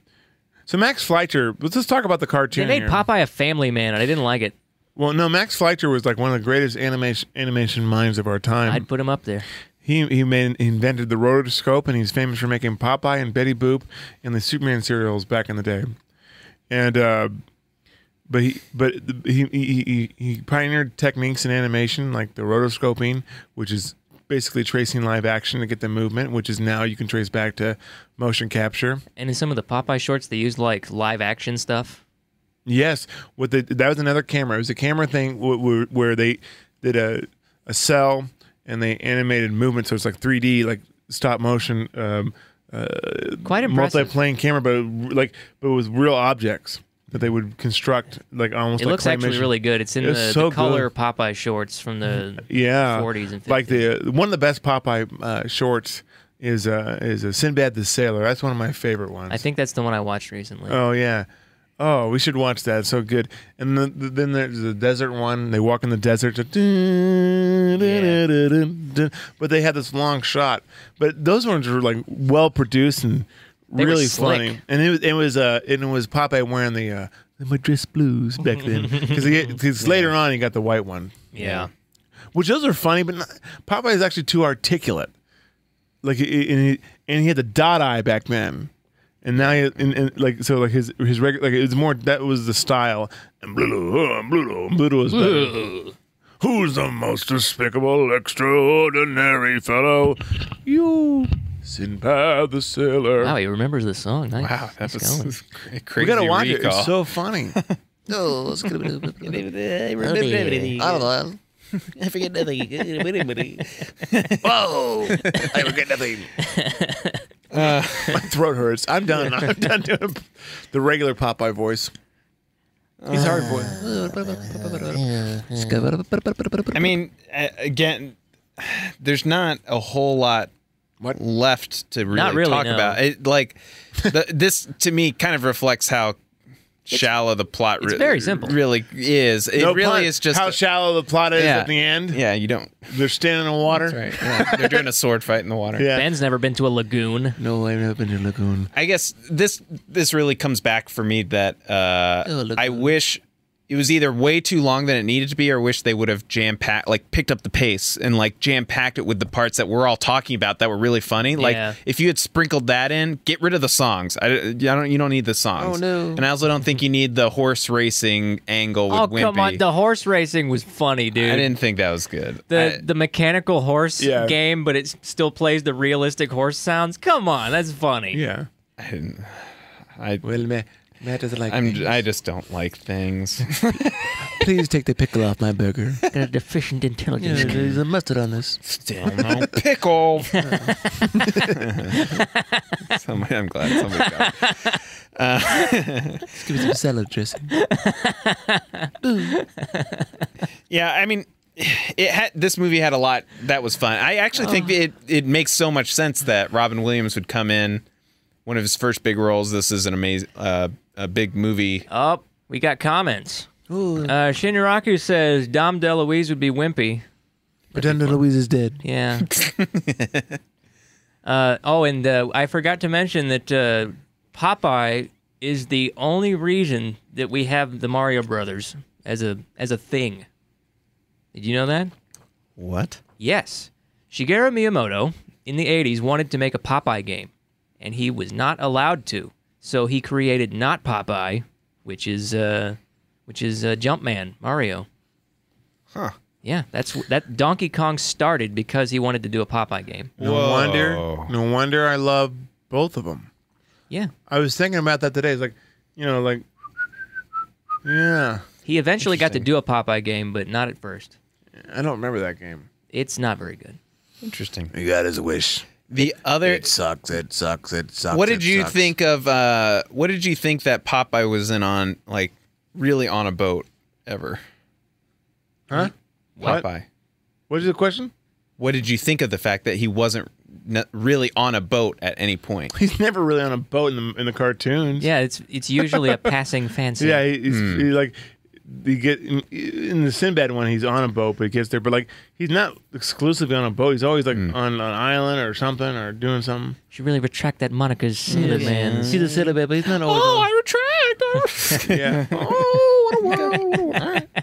[SPEAKER 4] So Max Fleischer, let's just talk about the
[SPEAKER 3] They
[SPEAKER 4] cartoon.
[SPEAKER 3] made
[SPEAKER 4] here.
[SPEAKER 3] Popeye a family man, and I didn't like it.
[SPEAKER 4] Well, no, Max Fleischer was like one of the greatest animation animation minds of our time.
[SPEAKER 3] I'd put him up there.
[SPEAKER 4] He he made he invented the rotoscope, and he's famous for making Popeye and Betty Boop and the Superman serials back in the day. And uh, but he but he, he he he pioneered techniques in animation like the rotoscoping, which is basically tracing live action to get the movement, which is now you can trace back to motion capture.
[SPEAKER 3] And in some of the Popeye shorts, they used like live action stuff.
[SPEAKER 4] Yes, with the that was another camera. It was a camera thing where, where, where they did a a cell and they animated movement, so it's like 3D, like stop motion, um,
[SPEAKER 3] Quite impressive.
[SPEAKER 4] multi-plane camera, but like but with real objects that they would construct, like almost.
[SPEAKER 3] It
[SPEAKER 4] like
[SPEAKER 3] looks actually
[SPEAKER 4] claymation.
[SPEAKER 3] really good. It's in
[SPEAKER 4] It's
[SPEAKER 3] the,
[SPEAKER 4] so
[SPEAKER 3] the color Popeye shorts from the
[SPEAKER 4] yeah,
[SPEAKER 3] 40s and 50s.
[SPEAKER 4] like the one of the best Popeye uh, shorts is uh, is a Sinbad the Sailor. That's one of my favorite ones.
[SPEAKER 3] I think that's the one I watched recently.
[SPEAKER 4] Oh yeah. Oh, we should watch that. It's so good. And the, the, then there's the desert one. They walk in the desert. But they had this long shot. But those ones were like well produced and
[SPEAKER 3] They were
[SPEAKER 4] really
[SPEAKER 3] slick.
[SPEAKER 4] funny. And it was it was uh and it was Popeye wearing the uh my dress blues back then because later on he got the white one,
[SPEAKER 3] yeah.
[SPEAKER 4] which those are funny. But not, Popeye is actually too articulate. Like and he, and he had the dot eye back then. And now, he, and, and like so, like his his regular, like it's more that was the style. And Bluto, uh, Bluto, Bluto was better. Who's the most despicable, extraordinary fellow? You, Sinbad the Sailor.
[SPEAKER 3] Wow, he remembers the song. Nice. Wow,
[SPEAKER 1] That was a crazy
[SPEAKER 4] we gotta watch it.
[SPEAKER 1] recall.
[SPEAKER 4] It's so funny.
[SPEAKER 5] No, Oh, it's gonna be.
[SPEAKER 6] Everybody.
[SPEAKER 5] I don't know.
[SPEAKER 6] I forget nothing. Everybody.
[SPEAKER 2] Whoa! I regret nothing.
[SPEAKER 4] My throat hurts. I'm done. I'm done doing the regular Popeye voice. He's hard voice.
[SPEAKER 1] I mean, a- again, there's not a whole lot left to really,
[SPEAKER 3] Not really,
[SPEAKER 1] talk
[SPEAKER 3] no.
[SPEAKER 1] about. It, like the, this to me kind of reflects how shallow the plot.
[SPEAKER 3] it's
[SPEAKER 1] re-
[SPEAKER 3] very simple.
[SPEAKER 1] Really is. It
[SPEAKER 4] No
[SPEAKER 1] really
[SPEAKER 4] pun.
[SPEAKER 1] is just.
[SPEAKER 4] how shallow the plot is
[SPEAKER 1] Yeah.
[SPEAKER 4] at the end.
[SPEAKER 1] yeah, you don't.
[SPEAKER 4] They're standing in water.
[SPEAKER 1] Right. Yeah, they're doing a sword fight in the water.
[SPEAKER 4] Yeah.
[SPEAKER 3] Ben's never been to a lagoon.
[SPEAKER 5] No, I've never been to Lagoon.
[SPEAKER 1] I guess this this really comes back for me that uh,
[SPEAKER 5] Oh, look.
[SPEAKER 1] I wish it was either way too long than it needed to be, or wish they would have jam packed, like picked up the pace and like jam packed it with the parts that we're all talking about that were really funny. Like
[SPEAKER 3] Yeah.
[SPEAKER 1] if you had sprinkled that in, get rid of the songs. I, I don't. You don't need the songs.
[SPEAKER 5] Oh, no.
[SPEAKER 1] And I also don't think you need the horse racing angle with
[SPEAKER 3] Oh
[SPEAKER 1] Wimpy.
[SPEAKER 3] come on, the horse racing was funny, dude.
[SPEAKER 1] I didn't think that was good.
[SPEAKER 3] the
[SPEAKER 1] I-
[SPEAKER 3] the mechanical horse
[SPEAKER 4] Yeah.
[SPEAKER 3] game, but it s- still plays the realistic horse sounds. Come on, that's funny.
[SPEAKER 4] Yeah.
[SPEAKER 1] I didn't. I.
[SPEAKER 5] Well, Matt, Matt doesn't like.
[SPEAKER 1] I'm,
[SPEAKER 5] me.
[SPEAKER 1] I just don't like things.
[SPEAKER 5] Please take the pickle off my burger.
[SPEAKER 3] Got a deficient
[SPEAKER 5] Yeah,
[SPEAKER 3] intelligence.
[SPEAKER 5] there's a mustard on this.
[SPEAKER 1] Still no pickle. Somebody, I'm glad somebody got it.
[SPEAKER 5] Let's give it some salad dressing.
[SPEAKER 1] Yeah, I mean, it had this movie had a lot that was fun. I actually think it it makes so much sense that Robin Williams would come in one of his first big roles. This is an amazing uh, a big movie.
[SPEAKER 3] Oh, we got comments. Uh, Shinraku says Dom DeLuise would be wimpy.
[SPEAKER 5] Pretend that Louise is dead.
[SPEAKER 3] Yeah. uh, oh, and uh, I forgot to mention that uh, Popeye is the only reason that we have the Mario Brothers as a as a thing. Did you know that?
[SPEAKER 1] What?
[SPEAKER 3] Yes. Shigeru Miyamoto in the 80s wanted to make a Popeye game, and he was not allowed to. So he created not Popeye, which is uh, which is uh, Jumpman Mario.
[SPEAKER 1] Huh.
[SPEAKER 3] Yeah, that's that Donkey Kong started because he wanted to do a Popeye game.
[SPEAKER 4] No
[SPEAKER 1] Whoa.
[SPEAKER 4] wonder. No wonder I love both of them.
[SPEAKER 3] Yeah,
[SPEAKER 4] I was thinking about that today. It's like, you know, like, yeah.
[SPEAKER 3] he eventually got to do a Popeye game, but not at first.
[SPEAKER 4] I don't remember that game.
[SPEAKER 3] It's not very good.
[SPEAKER 1] Interesting.
[SPEAKER 2] You got his wish.
[SPEAKER 1] The other.
[SPEAKER 2] It sucks. It sucks. It sucks.
[SPEAKER 1] what
[SPEAKER 2] it
[SPEAKER 1] did you
[SPEAKER 2] sucks.
[SPEAKER 1] think of? Uh, what did you think that Popeye was in on? Like really on a boat ever?
[SPEAKER 4] Huh? What?
[SPEAKER 1] Popeye.
[SPEAKER 4] What is the question?
[SPEAKER 1] What did you think of the fact that he wasn't n- really on a boat at any point?
[SPEAKER 4] He's never really on a boat in the in the cartoons.
[SPEAKER 3] Yeah, it's it's usually a passing fancy.
[SPEAKER 4] Yeah, Hmm. he, he's he, like he get in, in the Sinbad one. He's on a boat, but he gets there. But like he's not exclusively on a boat. He's always like on an island or something or doing something.
[SPEAKER 3] should really retract that moniker's sailor man.
[SPEAKER 5] See the salad, but he's not always. Oh,
[SPEAKER 4] Yeah. Oh,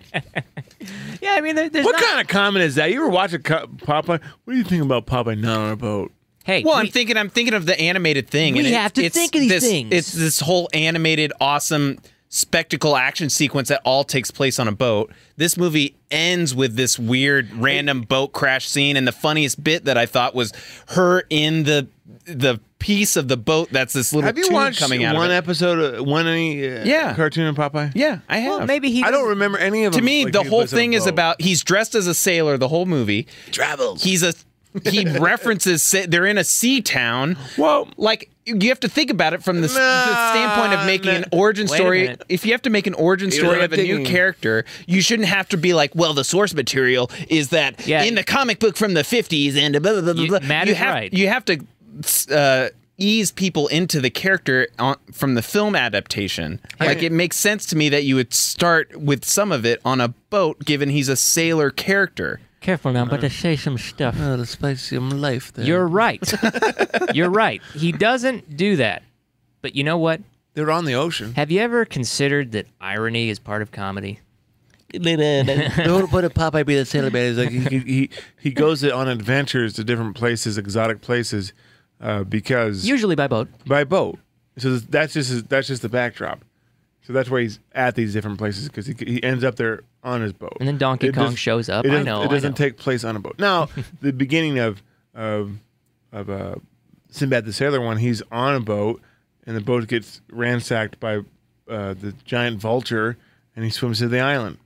[SPEAKER 3] Yeah, I mean, there, there's
[SPEAKER 4] what
[SPEAKER 3] not-
[SPEAKER 4] kind of comment is that? You ever watch a co- Popeye? What do you think about Popeye not on a boat?
[SPEAKER 3] Hey,
[SPEAKER 1] Well,
[SPEAKER 3] we-
[SPEAKER 1] I'm thinking. I'm thinking of the animated thing.
[SPEAKER 3] We
[SPEAKER 1] and
[SPEAKER 3] have to
[SPEAKER 1] it's
[SPEAKER 3] think of these
[SPEAKER 1] this,
[SPEAKER 3] things.
[SPEAKER 1] It's this whole animated, awesome spectacle action sequence that all takes place on a boat. This movie ends with this weird, random boat crash scene, and the funniest bit that I thought was her in the the piece of the boat that's this little
[SPEAKER 4] Have you
[SPEAKER 1] tube
[SPEAKER 4] watched
[SPEAKER 1] coming out
[SPEAKER 4] one
[SPEAKER 1] of it.
[SPEAKER 4] episode, uh, one any uh,
[SPEAKER 1] Yeah.
[SPEAKER 4] cartoon of Popeye?
[SPEAKER 1] yeah, I have.
[SPEAKER 3] well, maybe he.
[SPEAKER 4] I don't
[SPEAKER 3] doesn't-
[SPEAKER 4] remember any of
[SPEAKER 1] To
[SPEAKER 4] them.
[SPEAKER 1] me,
[SPEAKER 4] like,
[SPEAKER 1] the
[SPEAKER 4] he
[SPEAKER 1] whole
[SPEAKER 4] was on a
[SPEAKER 1] thing is
[SPEAKER 4] boat.
[SPEAKER 1] about he's dressed as a sailor the whole movie.
[SPEAKER 2] Travels.
[SPEAKER 1] He's a he references sa- they're in a sea town.
[SPEAKER 4] Well,
[SPEAKER 1] like you have to think about it from the, s the
[SPEAKER 4] Nah,
[SPEAKER 1] standpoint of making an
[SPEAKER 4] nah.
[SPEAKER 1] origin
[SPEAKER 3] Wait a
[SPEAKER 1] story.
[SPEAKER 3] minute.
[SPEAKER 1] If you have to make an origin
[SPEAKER 4] You're
[SPEAKER 1] story
[SPEAKER 4] not
[SPEAKER 1] of a new
[SPEAKER 4] digging.
[SPEAKER 1] character, you shouldn't have to be like, well, the source material is that
[SPEAKER 3] Yeah.
[SPEAKER 1] in the comic book from the 50s and blah, blah, blah,
[SPEAKER 3] You-
[SPEAKER 1] blah.
[SPEAKER 3] Matt
[SPEAKER 1] you
[SPEAKER 3] is
[SPEAKER 1] have,
[SPEAKER 3] right.
[SPEAKER 1] You have to uh, ease people into the character on, from the film adaptation. Like it makes sense to me that you would start with some of it on a boat, given he's a sailor character.
[SPEAKER 3] Careful now, I'm about to say some stuff.
[SPEAKER 5] the spicy um, life there.
[SPEAKER 3] You're right. You're right. He doesn't do that. But you know what?
[SPEAKER 4] they're on the ocean.
[SPEAKER 3] Have you ever considered that irony is part of comedy?
[SPEAKER 5] the whole point of Popeye being the salad man is like he
[SPEAKER 4] he, he he goes on adventures to different places, exotic places, uh, because
[SPEAKER 3] Usually by boat.
[SPEAKER 4] by boat. So that's just his, that's just the backdrop. So that's where he's at these different places because he, he ends up there on his boat.
[SPEAKER 3] And then Donkey Kong
[SPEAKER 4] does-
[SPEAKER 3] shows up.
[SPEAKER 4] It
[SPEAKER 3] I
[SPEAKER 4] doesn't-
[SPEAKER 3] know, I
[SPEAKER 4] It doesn't
[SPEAKER 3] know.
[SPEAKER 4] take place on a boat. Now the beginning of of of uh, Sinbad the Sailor one, he's on a boat and the boat gets ransacked by uh, the giant vulture and he swims to the island.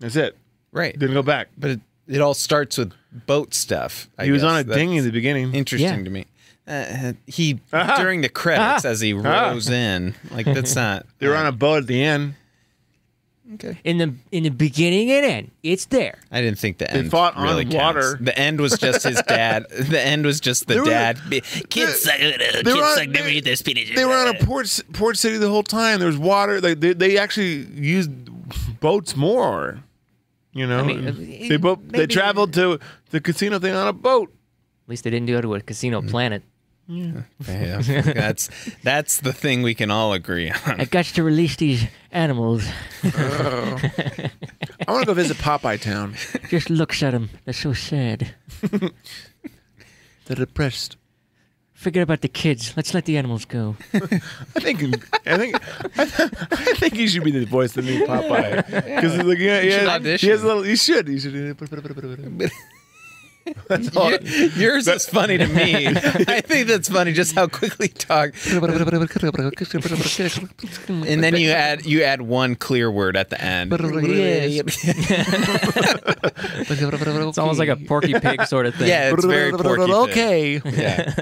[SPEAKER 4] That's it.
[SPEAKER 1] Right.
[SPEAKER 4] Didn't go back.
[SPEAKER 1] But it, it all starts with boat stuff. I
[SPEAKER 4] he was
[SPEAKER 1] guess.
[SPEAKER 4] on a
[SPEAKER 1] That's-
[SPEAKER 4] dinghy Uh-huh. at the beginning.
[SPEAKER 1] interesting
[SPEAKER 3] Yeah.
[SPEAKER 1] to me. Uh, he during the credits as he rows in, like that's not.
[SPEAKER 4] Uh-huh. They were on a boat at the end.
[SPEAKER 3] In the in the beginning and end, it's there.
[SPEAKER 1] I didn't think the end
[SPEAKER 4] fought on
[SPEAKER 1] really counts.
[SPEAKER 4] water.
[SPEAKER 1] The end was just his dad. the end was just the
[SPEAKER 4] They were-
[SPEAKER 1] dad. be-
[SPEAKER 6] Kids suck. uh,
[SPEAKER 4] were on-
[SPEAKER 6] Kids suck. Never
[SPEAKER 4] they-
[SPEAKER 6] eat their spinach.
[SPEAKER 4] They were on a port port city the whole time. There was water. Like they, they actually used boats more. You know,
[SPEAKER 3] mean,
[SPEAKER 4] And
[SPEAKER 3] it-
[SPEAKER 4] they both they
[SPEAKER 3] maybe-
[SPEAKER 4] traveled to the casino thing on a boat.
[SPEAKER 3] At least they didn't do it to a casino planet.
[SPEAKER 1] Yeah, that's that's the thing we can all agree on.
[SPEAKER 3] I got to release these animals.
[SPEAKER 4] Oh. I want to go visit Popeye Town.
[SPEAKER 3] Just looks at them. They're so sad.
[SPEAKER 5] they're depressed.
[SPEAKER 3] Forget about the kids. Let's let the animals go.
[SPEAKER 4] I think I think I, think he should be the voice of the new Popeye because like yeah, yeah,
[SPEAKER 1] audition.
[SPEAKER 4] he has a little. He should. He should. That's all.
[SPEAKER 1] Yours is funny to me. I think that's funny just how quickly you talk. And then you add you add one clear word at the end.
[SPEAKER 3] It's almost like a Porky Pig sort of thing.
[SPEAKER 1] Yeah, it's very porky. Pig.
[SPEAKER 4] Okay.
[SPEAKER 1] Yeah.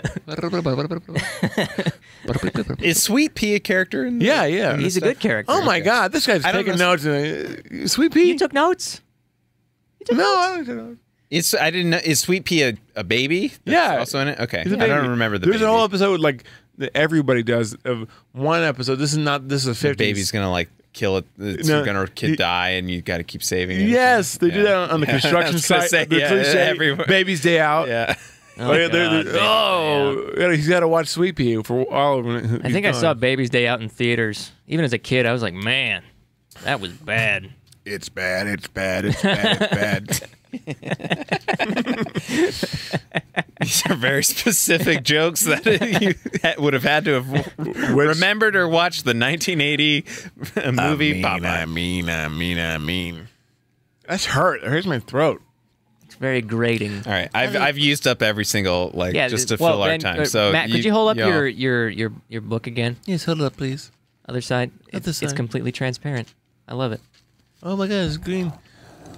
[SPEAKER 1] Is Sweet Pea a character? In the-
[SPEAKER 4] Yeah, yeah.
[SPEAKER 3] he's a good character.
[SPEAKER 4] Oh my God, this guy's
[SPEAKER 1] I don't
[SPEAKER 4] taking
[SPEAKER 1] know-
[SPEAKER 4] notes. Uh, Sweet pea.
[SPEAKER 3] You took notes.
[SPEAKER 4] no, I don't know.
[SPEAKER 1] It's I didn't know. Is Sweet Pea a, a baby? That's
[SPEAKER 4] Yeah.
[SPEAKER 1] Also in it. Okay.
[SPEAKER 4] He's a
[SPEAKER 1] I
[SPEAKER 4] baby.
[SPEAKER 1] don't remember the.
[SPEAKER 4] There's
[SPEAKER 1] baby.
[SPEAKER 4] an whole episode like that everybody does of one episode. This is not. This is
[SPEAKER 1] The
[SPEAKER 4] fifty.
[SPEAKER 1] baby's gonna like kill it. It's
[SPEAKER 4] No,
[SPEAKER 1] gonna kid
[SPEAKER 4] he-
[SPEAKER 1] die, and you got to keep saving. it.
[SPEAKER 4] Yes, they do
[SPEAKER 1] Yeah.
[SPEAKER 4] that on, on the
[SPEAKER 1] Yeah, I was
[SPEAKER 4] construction
[SPEAKER 1] gonna
[SPEAKER 4] site.
[SPEAKER 1] say,
[SPEAKER 4] the
[SPEAKER 1] yeah,
[SPEAKER 4] cliche,
[SPEAKER 1] everywhere.
[SPEAKER 4] Baby's day out.
[SPEAKER 1] Yeah.
[SPEAKER 3] Oh,
[SPEAKER 4] Like, they're- they're-
[SPEAKER 3] God,
[SPEAKER 4] Oh,
[SPEAKER 3] baby.
[SPEAKER 4] yeah, he's got to watch Sweet Pea for all of them.
[SPEAKER 3] I think I saw Baby's Day Out in theaters. Even as a kid, I was like, man, that was bad.
[SPEAKER 2] It's bad. It's bad. It's bad. It's bad.
[SPEAKER 1] These are very specific jokes that you ha- would have had to have remembered or watched the 1980 movie
[SPEAKER 2] I mean,
[SPEAKER 1] Popeye.
[SPEAKER 2] I mean, I mean, I mean.
[SPEAKER 4] That's hurt. It hurts my throat.
[SPEAKER 3] It's very grating.
[SPEAKER 1] All right, I've I've used up every single like
[SPEAKER 3] Yeah,
[SPEAKER 1] just to
[SPEAKER 3] well,
[SPEAKER 1] fill our
[SPEAKER 3] Ben,
[SPEAKER 1] time.
[SPEAKER 3] uh,
[SPEAKER 1] So
[SPEAKER 3] Matt, could you hold up
[SPEAKER 1] y'all-
[SPEAKER 3] your, your your your book again?
[SPEAKER 5] Yes, hold up, please.
[SPEAKER 3] Other side. It's,
[SPEAKER 5] Other
[SPEAKER 3] it's
[SPEAKER 5] side.
[SPEAKER 3] completely transparent. I love it.
[SPEAKER 4] Oh my God, it's green.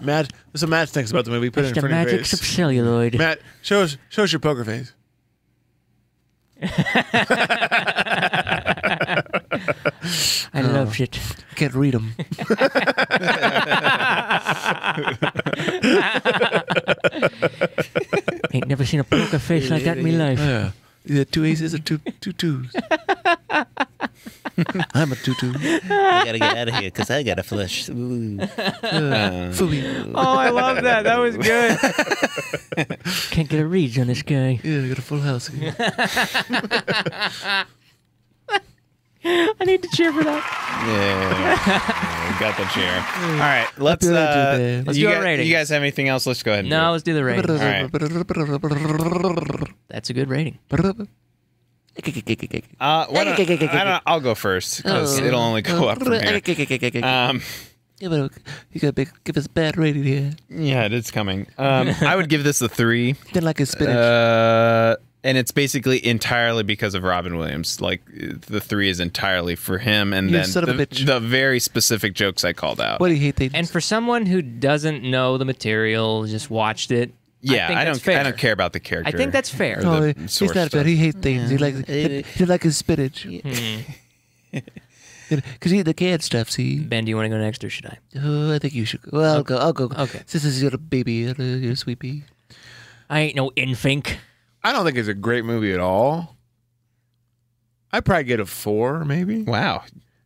[SPEAKER 4] Matt, this is what Matt thinks about the movie. Put it in
[SPEAKER 3] the
[SPEAKER 4] front of your
[SPEAKER 3] magic of
[SPEAKER 4] face.
[SPEAKER 3] celluloid.
[SPEAKER 4] Matt, show us, show us your poker face.
[SPEAKER 3] I love
[SPEAKER 4] Oh.
[SPEAKER 3] it.
[SPEAKER 5] Can't read them.
[SPEAKER 3] Ain't never seen a poker face like that in me life.
[SPEAKER 5] Yeah. Either two aces or two two twos. I'm a two two.
[SPEAKER 6] I gotta get out of here because I gotta flush. Ooh.
[SPEAKER 5] Uh,
[SPEAKER 1] Uh,
[SPEAKER 5] Fooey.
[SPEAKER 3] Oh, I love that. That was good. Can't get a read on this guy.
[SPEAKER 5] Yeah, we got a full house here.
[SPEAKER 3] I need to cheer for that.
[SPEAKER 1] yeah, we got the chair.
[SPEAKER 3] Mm.
[SPEAKER 1] All right, let's
[SPEAKER 5] do it,
[SPEAKER 1] uh,
[SPEAKER 5] do it.
[SPEAKER 3] Let's
[SPEAKER 1] you
[SPEAKER 3] do our
[SPEAKER 1] guys,
[SPEAKER 3] ratings.
[SPEAKER 1] You guys have anything else? Let's go ahead. And
[SPEAKER 3] No,
[SPEAKER 1] do it.
[SPEAKER 3] let's do the rating.
[SPEAKER 5] All
[SPEAKER 3] That's a good rating.
[SPEAKER 5] right.
[SPEAKER 1] Uh, why don't- I don't, I'll go first because
[SPEAKER 3] Oh.
[SPEAKER 1] it'll only go up from here. Um,
[SPEAKER 5] Yeah, but you gotta be, give us a bad rating here.
[SPEAKER 1] yeah, it is coming. Um, I would give this a three.
[SPEAKER 5] Then like a spinach.
[SPEAKER 1] Uh, and it's basically entirely because of Robin Williams. Like the three is entirely for him, and
[SPEAKER 5] You
[SPEAKER 1] then
[SPEAKER 5] son
[SPEAKER 1] the,
[SPEAKER 5] of a bitch.
[SPEAKER 1] the very specific jokes I called out.
[SPEAKER 5] what do you hate? They
[SPEAKER 3] And for someone who doesn't know the material, just watched it.
[SPEAKER 1] yeah, I,
[SPEAKER 3] I, think
[SPEAKER 1] don't.
[SPEAKER 3] That's fair.
[SPEAKER 1] I don't care about the character.
[SPEAKER 3] I think that's fair.
[SPEAKER 1] Or
[SPEAKER 5] oh,
[SPEAKER 1] the
[SPEAKER 5] he's
[SPEAKER 1] source
[SPEAKER 5] not
[SPEAKER 1] stuff. Hmm.
[SPEAKER 5] bad. He hates things. He likes
[SPEAKER 6] Yeah.
[SPEAKER 5] he, he like his spinach. Because he the canned stuff. See,
[SPEAKER 3] Ben, do you want to go next or should I?
[SPEAKER 5] oh, I think you should. go. Well, I'll go. I'll go.
[SPEAKER 3] Okay.
[SPEAKER 5] This is your baby, uh, your sweet pea.
[SPEAKER 3] I ain't no infink.
[SPEAKER 4] I don't think it's a great movie at all. I'd probably get a four, maybe.
[SPEAKER 1] Wow,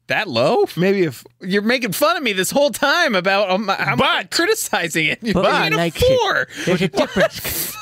[SPEAKER 1] that low?
[SPEAKER 4] Maybe if
[SPEAKER 1] You're making fun of me this whole time about um, I'm not criticizing it.
[SPEAKER 3] But
[SPEAKER 1] But
[SPEAKER 3] I
[SPEAKER 1] I
[SPEAKER 3] liked it.
[SPEAKER 1] four.
[SPEAKER 3] There's a difference.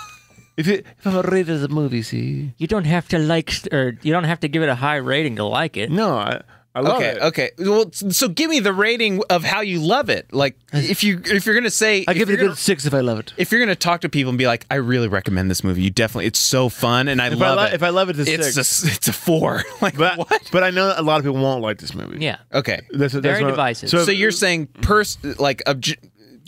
[SPEAKER 4] if it
[SPEAKER 5] If I'm a rater of the movie, see,
[SPEAKER 3] you don't have to like or you don't have to give it a high rating to like it.
[SPEAKER 4] no, I, I love
[SPEAKER 1] okay,
[SPEAKER 4] it.
[SPEAKER 1] okay. Well, s- so give me the rating of how you love it. Like if you if you're gonna say
[SPEAKER 5] I
[SPEAKER 1] if
[SPEAKER 5] give it a
[SPEAKER 1] you're
[SPEAKER 5] good
[SPEAKER 1] gonna-
[SPEAKER 5] six if I love it.
[SPEAKER 1] if you're gonna talk to people and be like, I really recommend this movie. You definitely, it's so fun, and I
[SPEAKER 4] If
[SPEAKER 1] love
[SPEAKER 4] I li-
[SPEAKER 1] it.
[SPEAKER 4] if I love it, it's, a
[SPEAKER 1] it's
[SPEAKER 4] six.
[SPEAKER 1] a s- it's a four. like
[SPEAKER 4] but
[SPEAKER 1] what?
[SPEAKER 4] but I know a lot of people won't like this movie.
[SPEAKER 3] Yeah.
[SPEAKER 1] Okay.
[SPEAKER 4] That's, that's
[SPEAKER 3] Very
[SPEAKER 4] what-
[SPEAKER 3] divisive.
[SPEAKER 1] So
[SPEAKER 4] Uh,
[SPEAKER 1] you're saying pers like obj-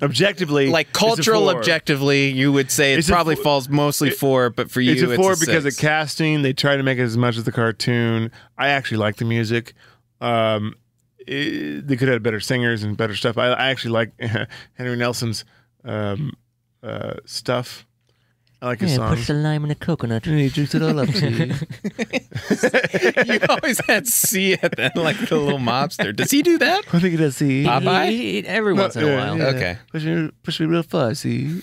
[SPEAKER 4] objectively
[SPEAKER 1] like
[SPEAKER 4] it's a
[SPEAKER 1] cultural
[SPEAKER 4] four.
[SPEAKER 1] objectively, you would say it
[SPEAKER 4] It's a
[SPEAKER 1] probably
[SPEAKER 4] four-
[SPEAKER 1] falls mostly four, but for you,
[SPEAKER 4] It's a four because
[SPEAKER 1] six.
[SPEAKER 4] of casting. They try to make it as much as the cartoon. I actually like the music. Um, it- they could have better singers and better stuff. I, I actually like Henry Nelson's um, uh, stuff. I like his
[SPEAKER 3] Yeah,
[SPEAKER 4] songs.
[SPEAKER 3] push the lime in the coconut.
[SPEAKER 5] And he drinks it all up. See,
[SPEAKER 1] you always had C at the end, like the little mobster. Does he do that?
[SPEAKER 5] I think it does. See,
[SPEAKER 1] Pop- Popeye?
[SPEAKER 3] He- he- Every once in a
[SPEAKER 4] yeah,
[SPEAKER 3] while.
[SPEAKER 4] yeah.
[SPEAKER 1] Ah, Okay.
[SPEAKER 5] push me, push me real far. See,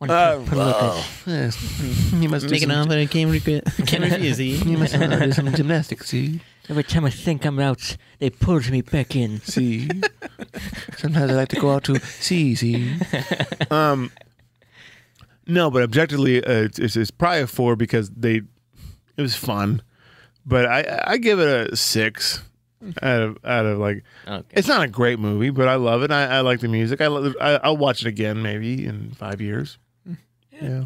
[SPEAKER 3] Wanna put- put a little-
[SPEAKER 5] Yes. you must do
[SPEAKER 6] Making
[SPEAKER 5] some,
[SPEAKER 6] off and I can't regret. Can't refuse
[SPEAKER 5] you
[SPEAKER 6] you.
[SPEAKER 5] must uh, do some gymnastics. See.
[SPEAKER 3] Every time I think I'm out, they push me back in.
[SPEAKER 5] See, sometimes I like to go out to see, see.
[SPEAKER 4] Um, no, but objectively, uh, it's, it's, it's probably a four because they it was fun, but I I give it a six out of out of like
[SPEAKER 3] Okay.
[SPEAKER 4] it's not a great movie, but I love it. I, I like the music. I, love, I I'll watch it again maybe in five years. Yeah,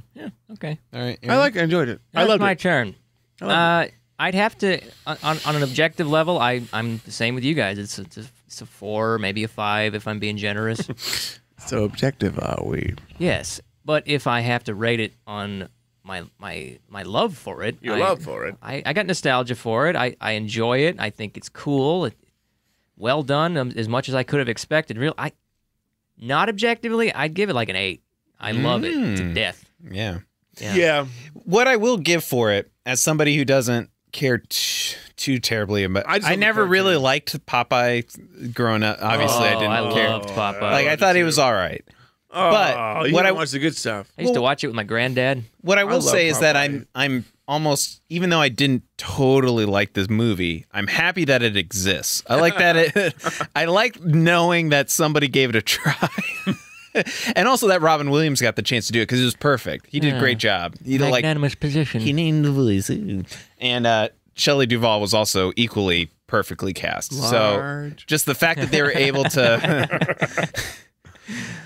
[SPEAKER 3] Okay.
[SPEAKER 1] All right.
[SPEAKER 4] I like I enjoyed it. I
[SPEAKER 3] That's
[SPEAKER 4] loved
[SPEAKER 3] my
[SPEAKER 4] it.
[SPEAKER 3] turn.
[SPEAKER 4] loved
[SPEAKER 3] Uh, I'd have to on, on on an objective level. I I'm the same with you guys. It's a, it's a- it's a four, maybe a five, if I'm being generous.
[SPEAKER 4] So objective are we?
[SPEAKER 3] yes, But if I have to rate it on my my my love for it,
[SPEAKER 4] Your
[SPEAKER 3] I-
[SPEAKER 4] love for it.
[SPEAKER 3] I, I got nostalgia for it. I, I enjoy it. I think it's cool. It, well done, um, as much as I could have expected. Real, I not objectively, I'd give it like an eight. I love it to
[SPEAKER 1] Mm.
[SPEAKER 3] death.
[SPEAKER 1] Yeah.
[SPEAKER 3] Yeah.
[SPEAKER 4] yeah.
[SPEAKER 1] What I will give for it, as somebody who doesn't care t- too terribly about,
[SPEAKER 4] I
[SPEAKER 1] I,
[SPEAKER 4] just love the
[SPEAKER 1] never
[SPEAKER 4] cartoon.
[SPEAKER 1] really liked Popeye growing up. Obviously, I
[SPEAKER 3] Oh,
[SPEAKER 1] didn't
[SPEAKER 3] I
[SPEAKER 1] care.
[SPEAKER 3] loved Popeye.
[SPEAKER 1] like I thought he was all right.
[SPEAKER 4] Oh,
[SPEAKER 1] But
[SPEAKER 4] you
[SPEAKER 1] what
[SPEAKER 4] don't
[SPEAKER 1] I-
[SPEAKER 4] watch the good stuff.
[SPEAKER 3] I used to
[SPEAKER 1] Well-
[SPEAKER 3] watch it with my granddad.
[SPEAKER 1] What I
[SPEAKER 4] I
[SPEAKER 1] will
[SPEAKER 4] love
[SPEAKER 1] say is that I'm
[SPEAKER 4] Popeye.
[SPEAKER 1] I'm almost even though I didn't totally like this movie, I'm happy that it exists. I like that it I like knowing that somebody gave it a try. and also that Robin Williams got the chance to do it cuz it was perfect. He did a great job. He did, like
[SPEAKER 3] Magnanimous position.
[SPEAKER 6] He named the voice. Ooh.
[SPEAKER 1] and uh Shelley Duvall was also equally perfectly cast. So
[SPEAKER 4] Large.
[SPEAKER 1] just the fact that they were able to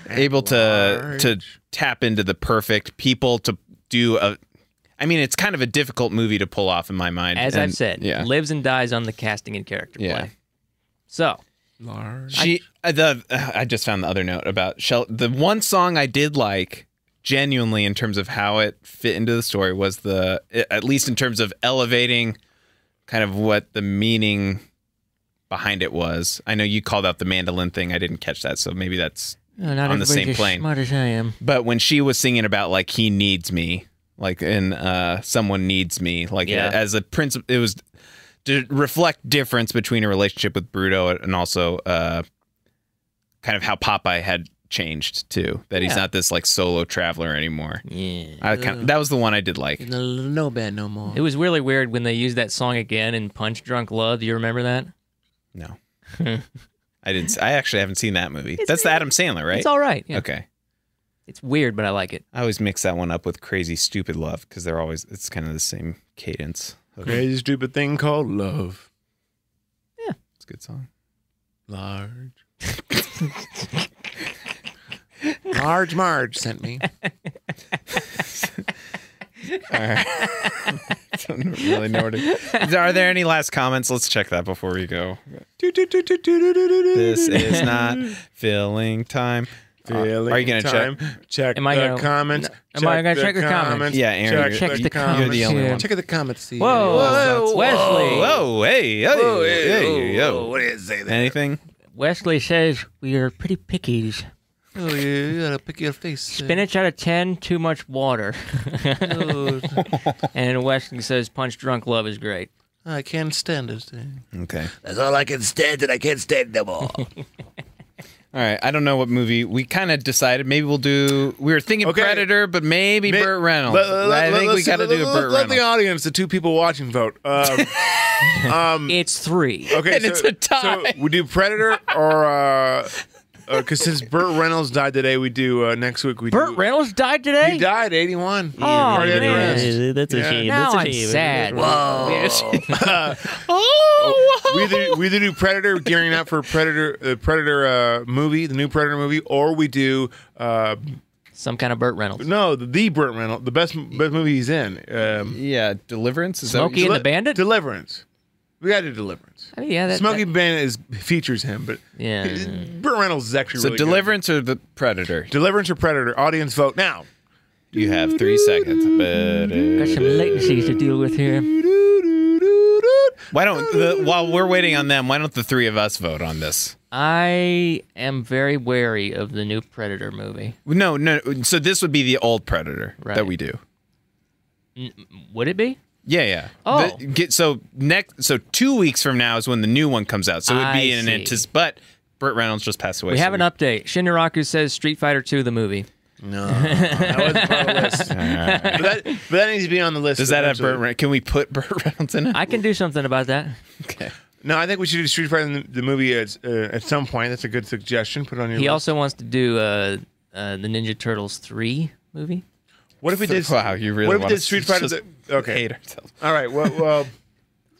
[SPEAKER 1] able to to
[SPEAKER 4] Large.
[SPEAKER 1] tap into the perfect people to do a I mean, it's kind of a difficult movie to pull off in my mind.
[SPEAKER 3] as
[SPEAKER 1] and-
[SPEAKER 3] I've said,
[SPEAKER 1] yeah,
[SPEAKER 3] lives and dies on the casting and character
[SPEAKER 1] Yeah.
[SPEAKER 3] play. So
[SPEAKER 4] Large.
[SPEAKER 1] she uh, the uh, I just found the other note about Shell. The one song I did like genuinely in terms of how it fit into the story was the at least in terms of elevating kind of what the meaning behind it was. I know you called out the mandolin thing. I didn't catch that, so maybe that's
[SPEAKER 3] Uh, not
[SPEAKER 1] On the everybody's same as plane.
[SPEAKER 3] Smart as I am.
[SPEAKER 1] but when she was singing about like he needs me like in uh someone needs me like
[SPEAKER 3] Yeah.
[SPEAKER 1] as a prince it was to reflect difference between a relationship with bruto and also uh kind of how popeye had changed too that he's
[SPEAKER 3] Yeah.
[SPEAKER 1] not this like solo traveler anymore
[SPEAKER 3] Yeah.
[SPEAKER 1] I kind that was the one i did like
[SPEAKER 5] No, no bad no more.
[SPEAKER 3] It was really weird when they used that song again in Punch Drunk Love. Do you remember that?
[SPEAKER 1] no i didn't s- i actually haven't seen that movie that's the adam sandler right
[SPEAKER 3] It's all right. Yeah.
[SPEAKER 1] okay
[SPEAKER 3] It's weird, but I like it.
[SPEAKER 1] i always mix that one up with crazy stupid love because they're always it's kind of the same cadence okay
[SPEAKER 4] Crazy stupid thing called love.
[SPEAKER 1] it's a good song
[SPEAKER 4] Large.
[SPEAKER 5] Large Marge sent me.
[SPEAKER 1] don't really know where to. Are there any last comments? Let's check that before we go. This is not filling time. Uh, are you gonna check?
[SPEAKER 4] check? Check
[SPEAKER 3] Am I
[SPEAKER 4] the
[SPEAKER 3] gonna-
[SPEAKER 4] comments.
[SPEAKER 3] Am I gonna check the comments?
[SPEAKER 1] Yeah, Aaron,
[SPEAKER 4] Check
[SPEAKER 1] you're-
[SPEAKER 3] Check
[SPEAKER 4] the
[SPEAKER 3] the
[SPEAKER 4] comments.
[SPEAKER 1] you're the only
[SPEAKER 3] here.
[SPEAKER 1] one.
[SPEAKER 5] Check out the comments. See uh,
[SPEAKER 3] Whoa,
[SPEAKER 4] Whoa,
[SPEAKER 3] Wesley.
[SPEAKER 1] Whoa! Hey! Hey!
[SPEAKER 4] Oh, hey,
[SPEAKER 1] hey,
[SPEAKER 4] oh,
[SPEAKER 1] yo.
[SPEAKER 4] oh, what did it say there?
[SPEAKER 1] Anything?
[SPEAKER 3] Wesley says we are pretty pickies.
[SPEAKER 5] Oh, you, you gotta pick your face. uh,
[SPEAKER 3] Spinach out of ten, too much water.
[SPEAKER 5] oh,
[SPEAKER 3] and Wesley says Punch Drunk Love is great.
[SPEAKER 5] I can't stand this thing.
[SPEAKER 1] Okay.
[SPEAKER 2] That's all I can stand, and I can't stand no more.
[SPEAKER 1] All right. I don't know what movie we kind of decided. Maybe we'll do. We were thinking
[SPEAKER 4] Okay.
[SPEAKER 1] Predator, but maybe
[SPEAKER 4] Ma-
[SPEAKER 1] Burt Reynolds.
[SPEAKER 4] Let- let-
[SPEAKER 1] I
[SPEAKER 4] let-
[SPEAKER 1] think we
[SPEAKER 4] let's-
[SPEAKER 1] got to do a
[SPEAKER 4] let-
[SPEAKER 1] Burt
[SPEAKER 4] Let the
[SPEAKER 1] Reynolds.
[SPEAKER 4] audience, the two people watching, vote. Um, um,
[SPEAKER 3] It's three.
[SPEAKER 4] okay,
[SPEAKER 1] And
[SPEAKER 4] so,
[SPEAKER 1] it's a tie.
[SPEAKER 4] So we do Predator or uh, uh 'cause since Burt Reynolds died today, we do uh, next week. We
[SPEAKER 3] Burt
[SPEAKER 4] do,
[SPEAKER 3] Reynolds died today.
[SPEAKER 4] He died eighty one.
[SPEAKER 3] Oh, man.
[SPEAKER 6] Yeah, that's a
[SPEAKER 4] Yeah.
[SPEAKER 6] shame.
[SPEAKER 3] Now
[SPEAKER 6] that's a
[SPEAKER 3] I'm
[SPEAKER 6] shame.
[SPEAKER 3] sad.
[SPEAKER 4] we either, we either do Predator, gearing up for Predator, uh, Predator uh, movie, the new Predator movie, or we do uh,
[SPEAKER 3] Some kind of Burt Reynolds.
[SPEAKER 4] no, the, the Burt Reynolds, the best best movie he's in, um,
[SPEAKER 1] Yeah, Deliverance is
[SPEAKER 3] Smokey
[SPEAKER 1] that
[SPEAKER 3] and
[SPEAKER 1] what
[SPEAKER 3] the Bandit.
[SPEAKER 4] Deliverance. We got to do Deliverance.
[SPEAKER 3] I mean, yeah, that,
[SPEAKER 4] Smokey
[SPEAKER 3] that-
[SPEAKER 4] Bandit is, features him, but
[SPEAKER 3] Yeah.
[SPEAKER 4] Burt Reynolds is actually
[SPEAKER 1] you- so
[SPEAKER 4] really good.
[SPEAKER 1] Deliverance or the Predator?
[SPEAKER 4] Deliverance or Predator? Audience vote now.
[SPEAKER 1] You have three seconds.
[SPEAKER 3] Got some latencies to deal with here.
[SPEAKER 1] Why don't the, while we're waiting on them? Why don't the three of us vote on this?
[SPEAKER 3] I am very wary of the new Predator movie.
[SPEAKER 1] No, no. So this would be the old Predator
[SPEAKER 3] Right.
[SPEAKER 1] that we do.
[SPEAKER 3] Would it be?
[SPEAKER 1] Yeah, yeah.
[SPEAKER 3] Oh.
[SPEAKER 1] The- get, so next, so two weeks from now is when the new one comes out. So it'd
[SPEAKER 3] I
[SPEAKER 1] be in an
[SPEAKER 3] see.
[SPEAKER 1] antis. But Burt Reynolds just passed away.
[SPEAKER 3] We
[SPEAKER 1] so
[SPEAKER 3] have an update. Shinraku says Street Fighter 2 the movie.
[SPEAKER 4] That wasn't part of the list. but, that, but that needs to be on the list.
[SPEAKER 1] Does that have
[SPEAKER 4] eventually.
[SPEAKER 1] Burt? Re- Can we put Burt Reynolds in it?
[SPEAKER 3] I can do something about that.
[SPEAKER 1] okay.
[SPEAKER 4] No, I think we should do Street Fighter in the, the movie at, uh, at some point. That's a good suggestion. Put it on your
[SPEAKER 3] He
[SPEAKER 4] list.
[SPEAKER 3] also wants to do uh, uh, the Ninja Turtles 3 movie.
[SPEAKER 4] what if we did?
[SPEAKER 1] Wow, you really
[SPEAKER 4] What if we
[SPEAKER 1] want
[SPEAKER 4] did
[SPEAKER 1] us
[SPEAKER 4] Street
[SPEAKER 1] to
[SPEAKER 4] Fighter?
[SPEAKER 1] just
[SPEAKER 4] the- okay.
[SPEAKER 1] Hate ourselves.
[SPEAKER 4] All right. Well, well,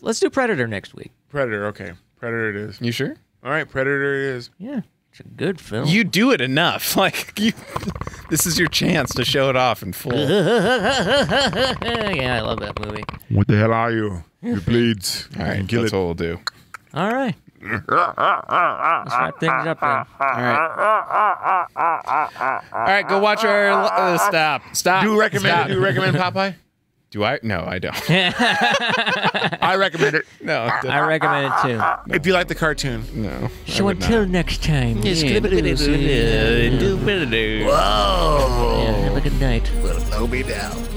[SPEAKER 3] Let's do Predator next week.
[SPEAKER 4] Predator. Okay. Predator it is.
[SPEAKER 1] You sure?
[SPEAKER 4] All right. Predator it is.
[SPEAKER 3] Yeah. It's a good film.
[SPEAKER 1] You do it enough. Like you, this is your chance to show it off in full.
[SPEAKER 3] yeah, I love that movie.
[SPEAKER 4] What the hell are you? You bleeds.
[SPEAKER 1] All right, that's what we'll do.
[SPEAKER 3] All right. Let's wrap things up then.
[SPEAKER 1] All right. All right, go watch our. Uh, stop. Stop.
[SPEAKER 4] Do you recommend?
[SPEAKER 1] Stop.
[SPEAKER 4] Do you recommend Popeye?
[SPEAKER 1] Do I? No, I don't.
[SPEAKER 4] I recommend it.
[SPEAKER 1] No.
[SPEAKER 3] I
[SPEAKER 1] I
[SPEAKER 3] recommend it too.
[SPEAKER 4] If you like the cartoon,
[SPEAKER 1] no.
[SPEAKER 3] So until next time.
[SPEAKER 6] Yes.
[SPEAKER 2] Whoa.
[SPEAKER 6] Have a good night.
[SPEAKER 2] Slow me down.